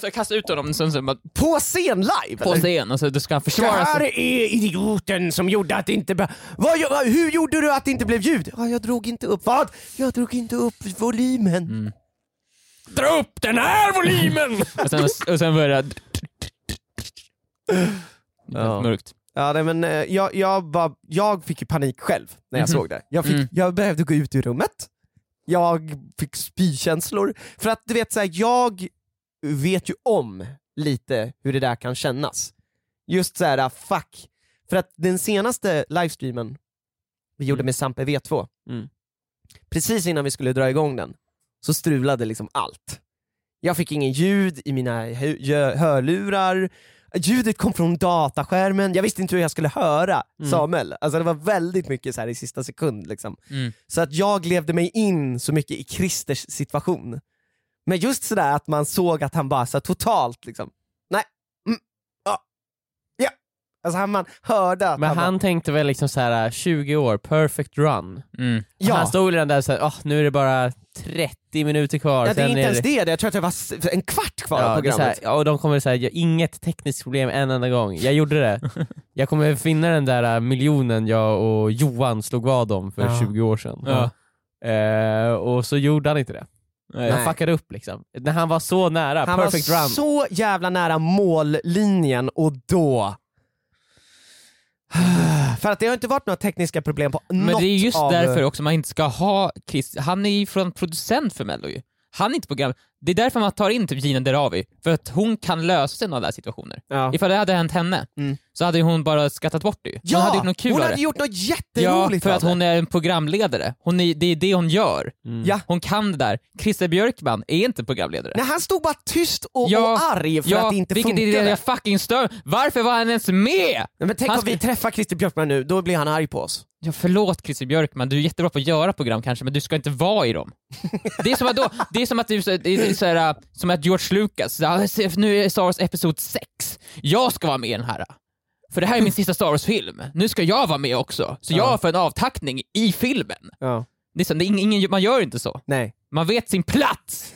Speaker 3: Så jag kastar ut honom, sen så bara,
Speaker 4: På scen live?
Speaker 3: på
Speaker 4: eller?
Speaker 3: scen, och så då ska han
Speaker 4: Det
Speaker 3: försvara
Speaker 4: här
Speaker 3: sig.
Speaker 4: är idioten som gjorde att det inte... be- Vad, gör- vad- hur gjorde du att det inte blev ljud? Ja, jag drog inte upp... Vad? Jag drog inte upp volymen.
Speaker 3: Mm. Dra upp den här volymen! och, sen, och sen börjar det... Det är
Speaker 4: Ja.
Speaker 3: Mörkt.
Speaker 4: Ja, nej, men eh, jag, jag, bara, jag fick ju panik själv när jag
Speaker 3: Mhm.
Speaker 4: såg det. Jag, fick,
Speaker 3: Mm.
Speaker 4: jag behövde gå ut ur rummet. Jag fick spykänslor. För att du vet, så här, jag vet ju om lite hur det där kan kännas. Just så här, ah, fuck. För att den senaste livestreamen vi gjorde med Sampe V2,
Speaker 2: Mm.
Speaker 4: precis innan vi skulle dra igång den, så strulade liksom allt. Jag fick ingen ljud i mina hö- gö- hörlurar, ljudet kom från dataskärmen, jag visste inte hur jag skulle höra
Speaker 2: Mm.
Speaker 4: Samuel. Alltså det var väldigt mycket så här i sista sekund. Liksom.
Speaker 3: Mm.
Speaker 4: Så att jag levde mig in så mycket i Christers situation. Men just sådär att man såg att han bara så här, totalt liksom, nej, mm, ja, ja. Alltså han, man hörde att
Speaker 2: Men
Speaker 4: bara,
Speaker 2: han tänkte väl liksom så här 20 år, perfect run.
Speaker 3: Mm.
Speaker 2: Ja. Han
Speaker 4: ja.
Speaker 2: stod redan där såhär, åh nu är det bara 30 minuter kvar.
Speaker 4: Ja, det är
Speaker 2: sen
Speaker 4: inte ens det, jag tror att det var s- en kvart kvar
Speaker 2: Ja,
Speaker 4: av
Speaker 2: det är så
Speaker 4: programmet.
Speaker 2: här, ja, och de kommer säga "Ja, inget tekniskt problem en enda gång. Jag gjorde det. Jag kommer finna den där äh, miljonen jag och Johan slog vad om för
Speaker 4: Ja.
Speaker 2: 20 år sedan.
Speaker 3: Ja.
Speaker 2: Eh, och så gjorde han inte det. Han
Speaker 4: Nej.
Speaker 2: fuckade upp liksom. När han var så nära,
Speaker 4: Han
Speaker 2: perfect
Speaker 4: var
Speaker 2: run.
Speaker 4: så jävla nära mållinjen och då... För att det har inte varit några tekniska problem på
Speaker 3: Men
Speaker 4: något
Speaker 3: det är just
Speaker 4: av...
Speaker 3: därför också man inte ska ha Chris. Han är ju från producent för Mello ju. Han är inte program. Det är därför man tar in typ Gina Dirawi, för att hon kan lösa sådana där situationer.
Speaker 4: Ja,
Speaker 3: Ifall det hade hänt henne
Speaker 4: Mm.
Speaker 3: så hade ju hon bara skattat bort det ju. Hon
Speaker 4: ja
Speaker 3: hade gjort något kul
Speaker 4: hon
Speaker 3: av
Speaker 4: hade
Speaker 3: det.
Speaker 4: gjort något
Speaker 3: Ja,
Speaker 4: jätteroligt
Speaker 3: för
Speaker 4: av
Speaker 3: att
Speaker 4: det.
Speaker 3: hon är en programledare. Hon är, det är det hon gör.
Speaker 2: Mm.
Speaker 4: Ja.
Speaker 3: Hon kan det där. Christer Björkman är inte programledare.
Speaker 4: Nej, han stod bara tyst och,
Speaker 3: Ja,
Speaker 4: och arg för att det inte
Speaker 3: vilket
Speaker 4: funkade.
Speaker 3: är det jag fucking stör Varför var han ens med?
Speaker 4: Nej, men tänk
Speaker 3: Han
Speaker 4: om vi
Speaker 3: ska-
Speaker 4: träffar Christer Björkman nu, då blir han arg på oss.
Speaker 3: Ja, förlåt Christer Björkman, du är jättebra på att göra program kanske, men du ska inte vara i dem. Det är som att, då, det är som att, du, det är så här, äh, som att George Lucas, ja, se, nu är Star Wars episod 6, jag ska vara med i den här. äh. För det här är min sista Star Wars-film, nu ska jag vara med också. Så jag får en avtackning i filmen.
Speaker 4: Ja.
Speaker 3: Det är så, det är ingen, man gör inte så.
Speaker 4: Nej.
Speaker 3: Man vet sin plats!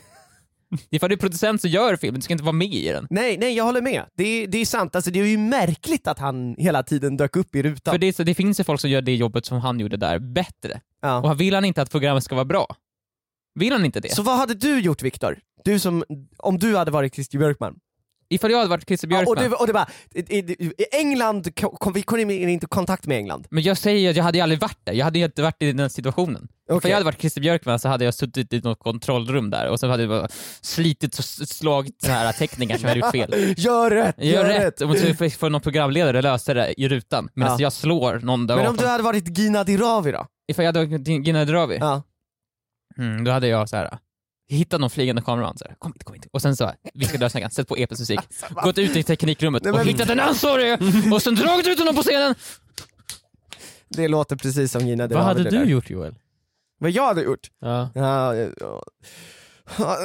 Speaker 3: Ifall du är producent så gör filmen, du ska inte vara med i den.
Speaker 4: Nej, nej, jag håller med. Det är, det är sant, alltså, det är ju märkligt att han hela tiden dök upp i rutan.
Speaker 3: För det, är så, det finns ju folk som gör det jobbet som han gjorde där bättre.
Speaker 4: Ja.
Speaker 3: Och vill han inte att programmet ska vara bra? Vill han inte det?
Speaker 4: Så vad hade du gjort Viktor? Du som, om du hade varit Christer Björkman?
Speaker 3: Ifall jag hade varit Christer
Speaker 4: Ja,
Speaker 3: Björkman,
Speaker 4: och, du, och det bara, i, i, i England, kom, vi kom inte i kontakt med England.
Speaker 3: men jag säger ju att jag hade ju aldrig varit där, jag hade ju inte varit i den situationen. Ifall
Speaker 4: Okej.
Speaker 3: jag hade varit Christer Björkman så hade jag suttit i något kontrollrum där och sen hade jag bara slitit och s- slagit så här teckningar som jag gjort fel.
Speaker 4: Gör rätt!
Speaker 3: Gör rätt, och så får- får någon programledare lösa det i rutan medan
Speaker 4: Ja.
Speaker 3: jag slår någon där
Speaker 4: Men om
Speaker 3: bakom.
Speaker 4: du hade varit Gina Dirawi då?
Speaker 3: Ifall jag hade varit Gina Dirawi,
Speaker 4: Ja.
Speaker 3: mm, då hade jag så här hittat någon flygande kameraman så här, kom hit, kom hit. Och sen så här, viskade jag snackan, sätt på episk musik.
Speaker 4: Alltså, vad-
Speaker 3: gått ut i teknikrummet
Speaker 4: Nej,
Speaker 3: och
Speaker 4: men vi-
Speaker 3: hittat en ansvarig och sen dragit ut honom på scenen.
Speaker 4: Det låter precis som Gina Dirawi
Speaker 2: Vad hade
Speaker 4: det
Speaker 2: du
Speaker 4: där.
Speaker 2: gjort Joel?
Speaker 4: Vad jag hade gjort?
Speaker 2: Ja.
Speaker 4: Ja, ja, ja. Ja,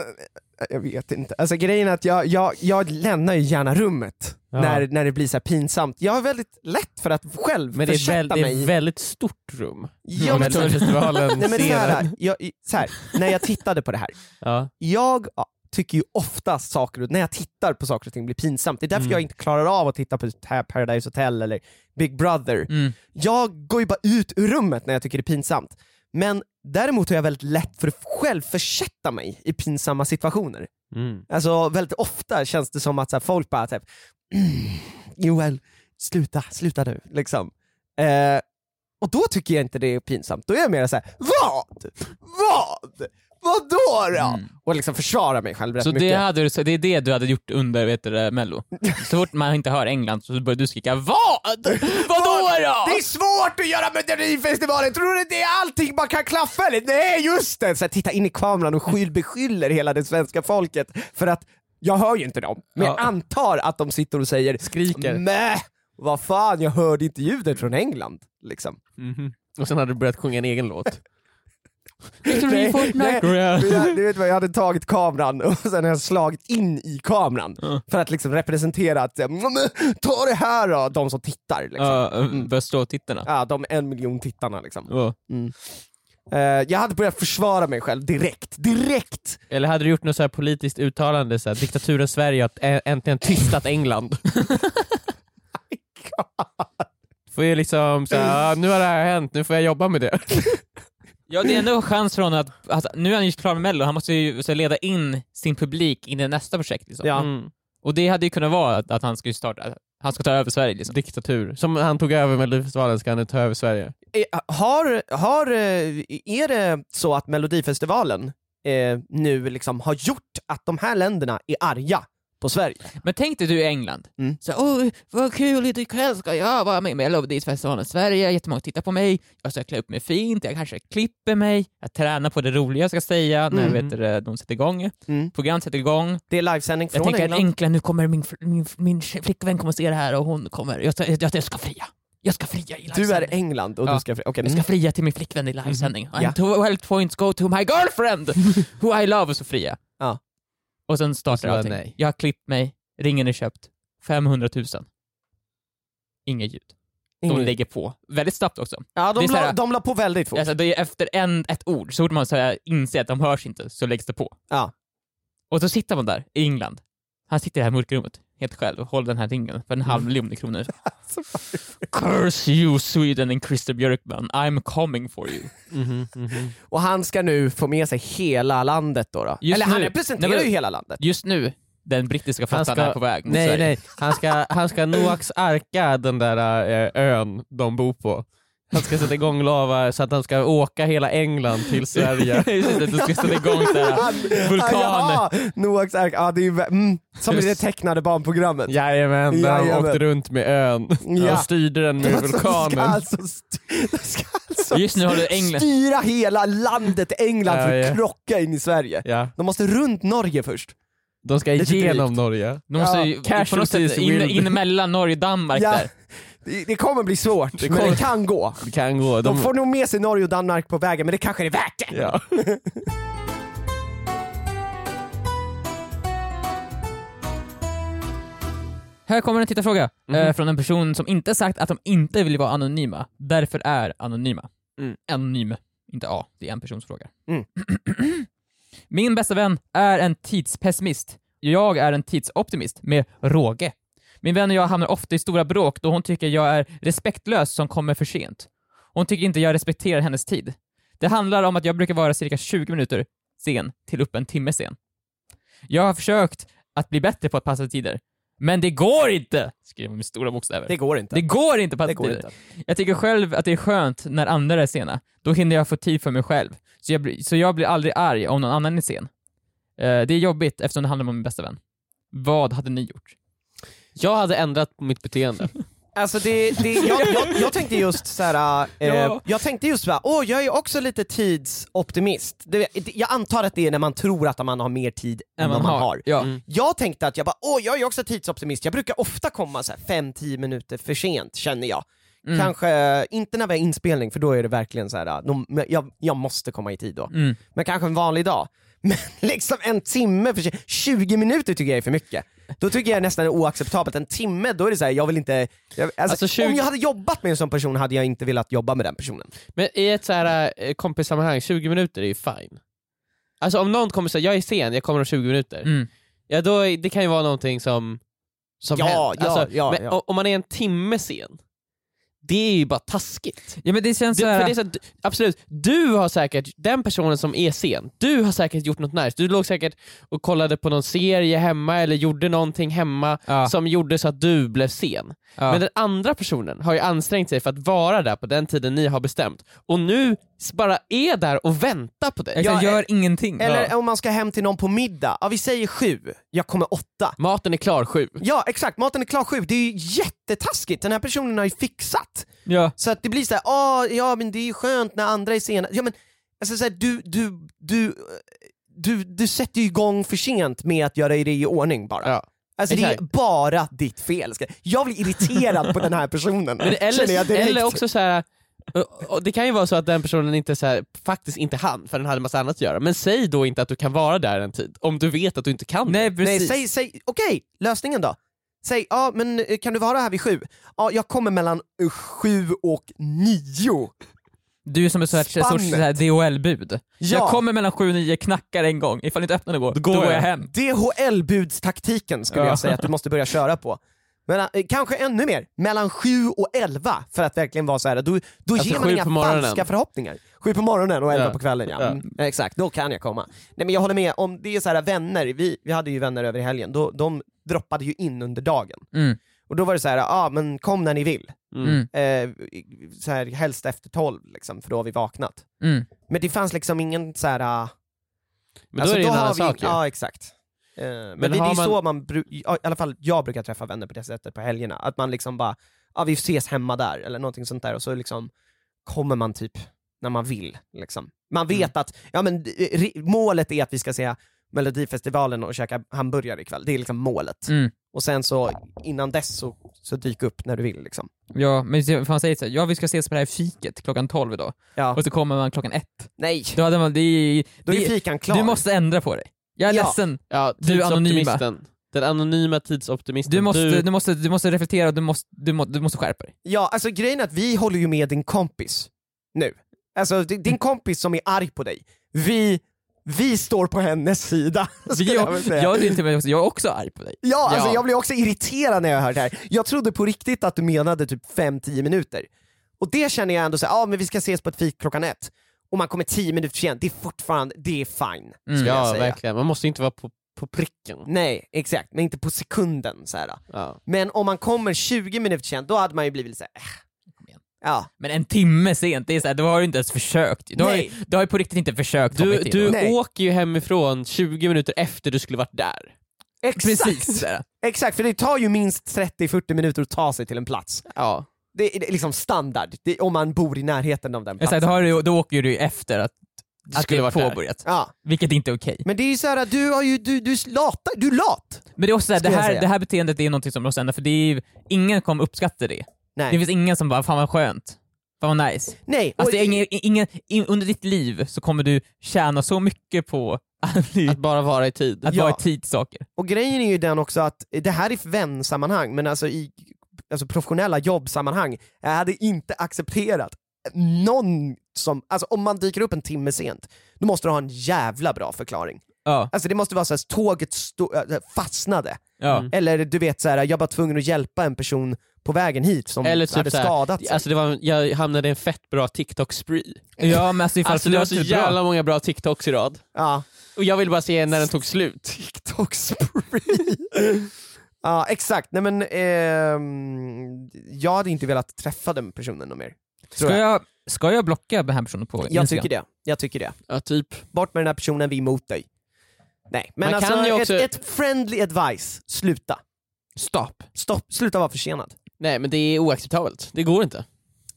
Speaker 4: Jag vet inte. Alltså grejen är att jag, jag, jag lämnar ju gärna rummet
Speaker 2: Ja.
Speaker 4: när, när det blir så här pinsamt. Jag har väldigt lätt för att själv
Speaker 2: Men det är, väl,
Speaker 4: försätta
Speaker 2: det
Speaker 4: mig
Speaker 2: är
Speaker 4: i-
Speaker 2: ett väldigt stort rum.
Speaker 4: Ja, men så-
Speaker 2: Melodifestivalen
Speaker 4: Nej, men så
Speaker 2: scenen.
Speaker 4: här, jag, i- så här, när jag tittade på det här,
Speaker 2: Ja.
Speaker 4: jag ja, tycker ju oftast saker, och- när jag tittar på saker och ting blir pinsamt. Det är därför jag inte klarar av att titta på det här Paradise Hotel eller Big Brother.
Speaker 3: Mm.
Speaker 4: Jag går ju bara ut ur rummet när jag tycker det är pinsamt. Men däremot har jag väldigt lätt för att själv försätta mig i pinsamma situationer.
Speaker 2: Mm.
Speaker 4: Alltså väldigt ofta känns det som att så här, folk bara typ Joel, sluta, sluta nu. Liksom. Eh, och då tycker jag inte det är pinsamt. Då är jag mer så här: vad? Vad? Vadå då?
Speaker 3: Mm.
Speaker 4: Och liksom försvara mig själv rätt
Speaker 3: Så
Speaker 4: mycket.
Speaker 3: det, hade, du- så det är det du hade gjort under vet du, det, mello? Så fort man inte hör England så börjar du skrika VAD? Vadå då?
Speaker 4: Det är svårt att göra Melodifestivalen, tror du inte det är allting man kan klaffa eller? Nej just det! Så här, titta in i kameran och skyll, beskyller hela det svenska folket för att jag hör ju inte dem, men jag
Speaker 3: Ja.
Speaker 4: antar att de sitter och säger
Speaker 2: Skriker.
Speaker 4: Mäh! Vad fan, jag hörde inte ljudet från England. Liksom.
Speaker 2: Mhm. Och sen hade du börjat sjunga en egen låt.
Speaker 4: Nej, nej.
Speaker 3: Går jag-
Speaker 4: Jag, du vet vad, jag hade tagit kameran och sen har jag slagit in i kameran för att liksom representera att eh, "Men, ta det här då, de som tittar. Liksom.
Speaker 3: Ja, börjar slå tittarna.
Speaker 4: Ja, de en miljon tittarna liksom.
Speaker 3: Ja.
Speaker 4: Eh, jag hade börjat försvara mig själv direkt, direkt!
Speaker 2: Eller hade du gjort något så här politiskt uttalande, så här, diktaturen Sverige har ä- äntligen tystat England. Får ju liksom så här, "Ah, nu har det här hänt, nu får jag jobba med det.
Speaker 3: Ja, det är ändå en chans från att, att nu är han ju klar med Mello, han måste ju så leda in sin publik in i nästa projekt. Liksom.
Speaker 4: Ja.
Speaker 2: Mm.
Speaker 3: Och det hade ju kunnat vara att, att han skulle starta, att han ska ta över Sverige liksom.
Speaker 2: Diktatur. Som han tog över Melodifestivalen ska han nu ta över Sverige.
Speaker 4: Eh, har, har, eh, är det så att Melodifestivalen eh, nu liksom har gjort att de här länderna är arga på Sverige?
Speaker 3: Men tänk dig du i England.
Speaker 4: Mm.
Speaker 3: Så, Åh, vad kul, ikväll ska jag vara med i Melodifestivalen Sverige, jättemånga tittar på mig, jag ska klä upp mig fint, jag kanske klipper mig, jag tränar på det roliga jag ska säga när
Speaker 4: Mm.
Speaker 3: vet du, det, de sätter igång,
Speaker 4: Mm.
Speaker 3: program sätter igång.
Speaker 4: Det är livesändning
Speaker 3: Jag
Speaker 4: från
Speaker 3: tänker att
Speaker 4: England.
Speaker 3: äntligen nu kommer min, fr- min, min tje- flickvän kommer se det här och hon kommer, jag, ska- jag, jag ska fria. Jag ska fria i
Speaker 4: Du
Speaker 3: livesändning.
Speaker 4: är England och
Speaker 3: Ja.
Speaker 4: du ska... Okej,
Speaker 3: Jag
Speaker 4: mm.
Speaker 3: ska fria till min flickvän i livesändning.
Speaker 4: Ja.
Speaker 3: And twelve points go to my girlfriend who I love, och så fria.
Speaker 4: Ja.
Speaker 3: Och sen startar
Speaker 2: så bara
Speaker 3: allting.
Speaker 2: nej.
Speaker 3: Jag har klippt mig, ringen är köpt, 500 000. Inget ljud.
Speaker 4: Ingen-
Speaker 3: De lägger på. Väldigt snabbt också.
Speaker 4: Ja,
Speaker 3: det
Speaker 4: de,
Speaker 3: är så
Speaker 4: la,
Speaker 3: här-
Speaker 4: de la på väldigt fort.
Speaker 3: Alltså, det är efter en, ett ord, så fort man så här, inser att de hörs inte, så läggs det på.
Speaker 4: Ja.
Speaker 3: Och så sitter man där, i England. Han sitter i det här mörkerrummet, helt själv, och håller den här ringen för en halv
Speaker 2: Mm.
Speaker 3: miljon kronor.
Speaker 2: Alltså,
Speaker 3: Curse you Sweden and Christer Björkman, I'm coming for you.
Speaker 4: Och han ska nu få med sig hela landet då. då.
Speaker 3: Just
Speaker 4: Eller han
Speaker 3: nu.
Speaker 4: representerar
Speaker 3: Nej, men-
Speaker 4: ju hela landet.
Speaker 3: just nu, den brittiska
Speaker 2: Han
Speaker 3: författaren
Speaker 2: ska-
Speaker 3: är på väg mot
Speaker 2: Nej,
Speaker 3: Sverige.
Speaker 2: nej. Han ska, han ska Noaks arka den där eh, ön de bor på. Han ska sätta igång lava så att han ska åka hela England till Sverige.
Speaker 3: Just det, du ska sätta igång så här. Vulkan.
Speaker 4: Ja, Noaks ark, ja, det är ju, vä- mm, som i det
Speaker 2: Just-
Speaker 4: tecknade barnprogrammet.
Speaker 2: Jajamän, där han
Speaker 4: Jajamän.
Speaker 2: åkte runt med ön
Speaker 4: Ja.
Speaker 2: och styrde den med
Speaker 4: De Ska
Speaker 2: vulkanen.
Speaker 4: alltså st- de ska alltså
Speaker 3: Just nu håller England...
Speaker 4: styra hela landet England för
Speaker 2: Ja,
Speaker 4: att
Speaker 2: ja.
Speaker 4: krocka in i Sverige.
Speaker 2: Ja.
Speaker 4: De måste runt Norge först.
Speaker 2: De ska
Speaker 4: Lite
Speaker 2: igenom
Speaker 4: drygt.
Speaker 2: Norge.
Speaker 3: De måste
Speaker 4: Ja,
Speaker 3: ju på något
Speaker 2: casualties
Speaker 3: sätt in,
Speaker 2: will be-
Speaker 3: in mellan Norge och Danmark
Speaker 4: Ja,
Speaker 3: där.
Speaker 4: det, det kommer bli svårt,
Speaker 2: Det
Speaker 4: men
Speaker 2: kommer-
Speaker 4: det kan gå.
Speaker 2: Det kan gå.
Speaker 4: De
Speaker 2: De,
Speaker 4: får nog med sig Norge och Danmark på vägen, men det kanske är värt det.
Speaker 2: ja.
Speaker 3: Här kommer en tittarfråga eh, från en person som inte sagt att de inte vill vara anonyma, därför är anonyma.
Speaker 2: Mm.
Speaker 3: Anonym, inte A. Det är en persons fråga.
Speaker 4: Mm.
Speaker 3: Min bästa vän är en tidspessimist. Jag är en tidsoptimist med råge. Min vän och jag hamnar ofta i stora bråk då hon tycker jag är respektlös som kommer för sent. Hon tycker inte jag respekterar hennes tid. Det handlar om att jag brukar vara cirka 20 minuter sen till upp en timme sen. Jag har försökt att bli bättre på att passa tider, men det går inte! Skriver hon med stora bokstäver.
Speaker 4: Det
Speaker 3: Det,
Speaker 4: går inte.
Speaker 3: går inte att passa
Speaker 4: Det går
Speaker 3: tider.
Speaker 4: inte.
Speaker 3: Jag tycker själv att det är skönt när andra är sena. Då hinner jag få tid för mig själv. Så jag, blir- så jag blir aldrig arg om någon annan är sen. Eh, det är jobbigt eftersom det handlar om min bästa vän. Vad hade ni gjort?
Speaker 2: Jag hade ändrat mitt beteende.
Speaker 4: Alltså det, det, jag, jag, jag tänkte just såhär, eh,
Speaker 3: Ja.
Speaker 4: jag tänkte just såhär, åh jag är också lite tidsoptimist. Det, det, jag antar att det är när man tror att man har mer tid än vad man har. Mm.
Speaker 3: Ja.
Speaker 2: Mm.
Speaker 4: Jag tänkte att jag bara, åh jag är också tidsoptimist, jag brukar ofta komma så här 5-10 minuter för sent känner jag.
Speaker 3: Mm.
Speaker 4: Kanske, eh, inte när vi har inspelning för då är det verkligen så här, de, men jag, jag måste komma i tid då.
Speaker 3: Mm.
Speaker 4: Men kanske en vanlig dag. Men liksom en timme för sent, 20 minuter tycker jag är för mycket. Då tycker jag nästan det är oacceptabelt, en timme då är det så här, jag vill inte, jag, alltså,
Speaker 2: Alltså, 20
Speaker 4: om jag hade jobbat med en sån person hade jag inte velat jobba med den personen.
Speaker 2: Men i ett så här eh, kompissammanhang, 20 minuter är ju fine. Alltså om någon kommer säga jag är sen, jag kommer om 20 minuter.
Speaker 3: Mm.
Speaker 2: Ja, då, är- det kan ju vara någonting som, som
Speaker 4: Ja,
Speaker 2: hänt.
Speaker 4: ja,
Speaker 2: Alltså,
Speaker 4: ja,
Speaker 2: men
Speaker 4: ja.
Speaker 2: o- Om man är en timme sen, det är ju bara taskigt.
Speaker 3: ja, men det känns
Speaker 2: Du,
Speaker 3: så
Speaker 2: för
Speaker 3: här...
Speaker 2: det är så att, du- absolut, du har säkert, den personen som är sen, du har säkert gjort något nice. Du låg säkert och kollade på någon serie hemma eller gjorde någonting hemma
Speaker 3: Ja.
Speaker 2: som gjorde så att du blev sen.
Speaker 3: Ja.
Speaker 2: Men den andra personen har ju ansträngt sig för att vara där på den tiden ni har bestämt. Och nu
Speaker 1: bara är där och väntar på dig.
Speaker 3: Exakt,
Speaker 4: Ja,
Speaker 3: gör ingenting.
Speaker 4: Eller
Speaker 3: ja.
Speaker 4: om man ska hem till någon på middag. Ja, vi säger sju. Jag kommer åtta.
Speaker 1: Maten är klar sju.
Speaker 4: Ja, exakt. Maten är klar sju. Det är ju jättetaskigt. Den här personen har ju fixat.
Speaker 3: Ja.
Speaker 4: Så att det blir så här, ah, ja men det är ju skönt när andra är sena. Ja, men, alltså, så här, du, du, du, eh, du, du sätter ju igång för sent med att göra det i ordning bara.
Speaker 1: Ja.
Speaker 4: Alltså det är bara ditt fel. Ska- Jag blir irriterad på den här
Speaker 1: Men
Speaker 4: personen. känner jag
Speaker 1: eller,
Speaker 4: direkt.
Speaker 1: eller också så här. och- och Det kan ju vara så att den personen inte så här, faktiskt inte hann för den hade massa annat att göra. Men säg då inte att du kan vara där en tid om du vet att du inte kan.
Speaker 3: Nej, precis.
Speaker 4: Nej, säg, säg, okej, lösningen då? Säg, ja men eh, kan du vara här vid sju? Ja, jag kommer mellan eh, sju och nio.
Speaker 3: Du är som ett sånt här- sorts
Speaker 4: Spannet.
Speaker 3: så här DHL-bud.
Speaker 4: Ja.
Speaker 3: Jag kommer mellan 7 och 9, knackar en gång. Ifall ni inte öppnar det går, då går, jag hem.
Speaker 4: DHL-budstaktiken skulle
Speaker 3: Ja.
Speaker 4: jag säga att du måste börja köra på. Men, eh, kanske ännu mer, mellan 7 och 11 för att verkligen vara så här. då, då
Speaker 1: Alltså,
Speaker 4: ger man
Speaker 1: sju
Speaker 4: inga
Speaker 1: på morgonen.
Speaker 4: falska förhoppningar. 7 på morgonen och 11
Speaker 1: Ja.
Speaker 4: på kvällen ja.
Speaker 1: Ja.
Speaker 4: Mm, exakt, då kan jag komma. Nej men jag håller med, om det är så här vänner, vi, vi hade ju vänner över i helgen, då, de droppade ju in under dagen.
Speaker 3: Mm.
Speaker 4: Och då var det så här, ja ah, men kom när ni vill.
Speaker 3: Mm.
Speaker 4: Eh, så här, helst efter 12 liksom, för då har vi vaknat.
Speaker 3: Mm.
Speaker 4: Men det fanns liksom ingen så här... ah,
Speaker 1: Men
Speaker 3: Alltså,
Speaker 1: då är det en
Speaker 4: Alltså, har
Speaker 1: annan
Speaker 4: vi-
Speaker 1: sak ju.
Speaker 4: Ja, exakt. Eh, men
Speaker 1: Men
Speaker 4: det, det
Speaker 1: har
Speaker 4: är
Speaker 1: man-
Speaker 4: så man, bru- i alla fall jag brukar träffa vänner på det sättet på helgerna. Att man liksom bara, ja vi ses hemma där eller någonting sånt där och så liksom kommer man typ när man vill. Liksom. Man
Speaker 1: Mm.
Speaker 4: vet att ja, men, eh, ri- målet är att vi ska se Melodifestivalen och käka hamburgare ikväll. Det är liksom målet.
Speaker 3: Mm.
Speaker 4: Och sen så innan dess så, så dyk upp när du vill. Liksom.
Speaker 3: Ja, men se- för han säger så här, ja vi ska ses på det här fiket klockan 12 idag.
Speaker 4: Ja.
Speaker 3: Och så kommer man klockan ett.
Speaker 4: Nej,
Speaker 3: Då hade man, det, är-
Speaker 4: då är
Speaker 3: det-
Speaker 4: ju fikan klar.
Speaker 3: du måste ändra på dig. Jag är
Speaker 4: Ja.
Speaker 3: ledsen.
Speaker 1: Ja,
Speaker 3: Du är anonyma.
Speaker 1: tidsoptimisten. Den anonyma tidsoptimisten.
Speaker 3: Du måste, Mm.
Speaker 1: Du-
Speaker 3: du måste, du måste reflektera och du måste, du, må, du måste skärpa dig.
Speaker 4: Ja, alltså grejen är att vi håller ju med din kompis nu. Alltså di- din kompis som är arg på dig. Vi, vi står på hennes sida. skulle
Speaker 3: Vi,
Speaker 4: jag
Speaker 3: jag,
Speaker 4: vilja säga.
Speaker 3: jag, är till och med också- jag är också arg på dig.
Speaker 4: Ja, alltså
Speaker 1: Ja.
Speaker 4: jag blev också irriterad när jag hörde det här. Jag trodde på riktigt att du menade typ 5-10 minuter. Och det känner jag ändå såhär, ja ah, men vi ska ses på ett fik klockan ett. Och man kommer 10 minuter sent, det är fortfarande, det är fine.
Speaker 3: Mm.
Speaker 4: skulle jag
Speaker 1: Ja,
Speaker 4: säga.
Speaker 1: verkligen. Man måste inte vara på, på pricken.
Speaker 4: Nej, exakt, men inte på sekunden så här.
Speaker 1: Ja.
Speaker 4: Men om man kommer 20 minuter sent, då hade man ju blivit såhär,
Speaker 3: Kom igen.
Speaker 4: "Äh." ja.
Speaker 3: Men en timme sent, det är så här, då har du inte ens försökt. Du har, ju,
Speaker 4: Nej.
Speaker 3: du har ju på riktigt inte försökt
Speaker 1: Du,
Speaker 3: kommit in.
Speaker 1: du
Speaker 4: Nej.
Speaker 1: åker ju hemifrån 20 minuter efter du skulle varit där.
Speaker 4: Exakt!
Speaker 3: Precis. Så här.
Speaker 4: Exakt, för det tar ju minst 30-40 minuter att ta sig till en plats.
Speaker 1: Ja.
Speaker 4: Det är det är liksom standard, det är om man bor i närheten av den
Speaker 3: Jag säger,
Speaker 4: platsen.
Speaker 3: då, har du, då åker du ju efter att, att
Speaker 1: skulle
Speaker 3: det är
Speaker 1: varit där.
Speaker 3: påbörjat,
Speaker 4: Ja,
Speaker 3: vilket inte är okej.
Speaker 4: men det är ju såhär, du har ju, du, du latar, du är lat!
Speaker 3: Men det är också så här, det,
Speaker 4: Skulle jag
Speaker 3: här,
Speaker 4: säga.
Speaker 3: det här beteendet är någonting som måste ändras, för det är ju, ingen kommer uppskatta det.
Speaker 4: Nej.
Speaker 3: Det finns ingen som bara “fan vad skönt, fan vad nice”.
Speaker 4: Nej,
Speaker 3: Alltså, det är
Speaker 4: och-
Speaker 3: ingen, ingen, in, under ditt liv så kommer du tjäna så mycket på att, bli-
Speaker 1: Att bara vara i tid.
Speaker 3: att
Speaker 4: Ja.
Speaker 3: vara i tid till saker.
Speaker 4: och grejen är ju den också att det här är vänsammanhang, men alltså i alltså professionella jobbsammanhang, jag hade inte accepterat någon som, alltså om man dyker upp en timme sent, då måste du ha en jävla bra förklaring.
Speaker 3: Ja,
Speaker 4: Alltså det måste vara såhär, tåget stå, äh, fastnade.
Speaker 3: ja.
Speaker 1: Mm.
Speaker 4: Eller du vet så här, jag var tvungen att hjälpa en person på vägen hit som
Speaker 1: Eller typ
Speaker 4: hade
Speaker 1: så här,
Speaker 4: skadat sig.
Speaker 1: Alltså det var, jag hamnade i en fett bra TikTok-spree.
Speaker 3: ja men alltså ifall
Speaker 1: Alltså det var så
Speaker 3: typ bra.
Speaker 1: jävla många bra TikToks i rad.
Speaker 4: ja.
Speaker 1: Och jag ville bara se när den tog slut.
Speaker 4: TikTok spree. ja exakt, nej men ehm, jag hade inte velat träffa den personen någon mer. Tror
Speaker 3: Ska
Speaker 4: jag.
Speaker 3: jag, ska jag blocka den här personen på
Speaker 4: Jag
Speaker 3: Instagram?
Speaker 4: tycker det, jag tycker det.
Speaker 1: Ja, typ.
Speaker 4: Bort med den här personen, vi är emot dig. Nej, men
Speaker 1: Man
Speaker 4: alltså
Speaker 1: kan ju också-
Speaker 4: ett, ett friendly advice, sluta.
Speaker 3: Stopp.
Speaker 4: Stopp, sluta vara försenad.
Speaker 1: Nej men det är oacceptabelt. Det går inte.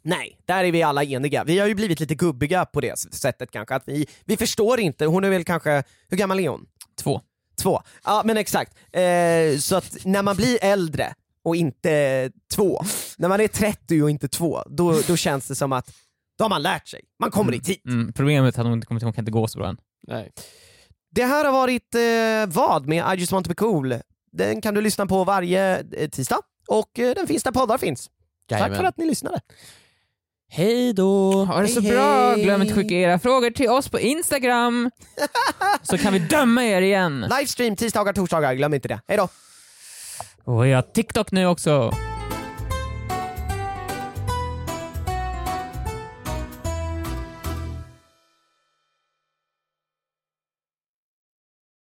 Speaker 4: Nej, där är vi alla eniga. Vi har ju blivit lite gubbiga på det s- sättet kanske, att vi, vi förstår inte, hon är väl kanske, hur gammal är hon?
Speaker 3: Två.
Speaker 4: Två. Ja men exakt. Eh, så att när man blir äldre och inte två, när man är 30 och inte två, då, då känns det som att då har man lärt sig. Man kommer i tid.
Speaker 3: Mm. Problemet är att hon inte kommit ihåg, hon kan inte gå så bra än.
Speaker 1: Nej.
Speaker 4: Det här har varit eh, vad med I just want to be cool. Den kan du lyssna på varje eh, tisdag och eh, den finns där poddar finns. Tack
Speaker 1: Jajamän.
Speaker 4: för att ni lyssnade.
Speaker 1: Hej då!
Speaker 3: Ha det så
Speaker 4: Hej,
Speaker 3: bra,
Speaker 4: hej.
Speaker 3: glöm inte skicka era frågor till oss på Instagram. så kan vi döma er igen.
Speaker 4: Livestream tisdagar, torsdagar, glöm inte det. Hej då!
Speaker 3: Och vi har TikTok nu också.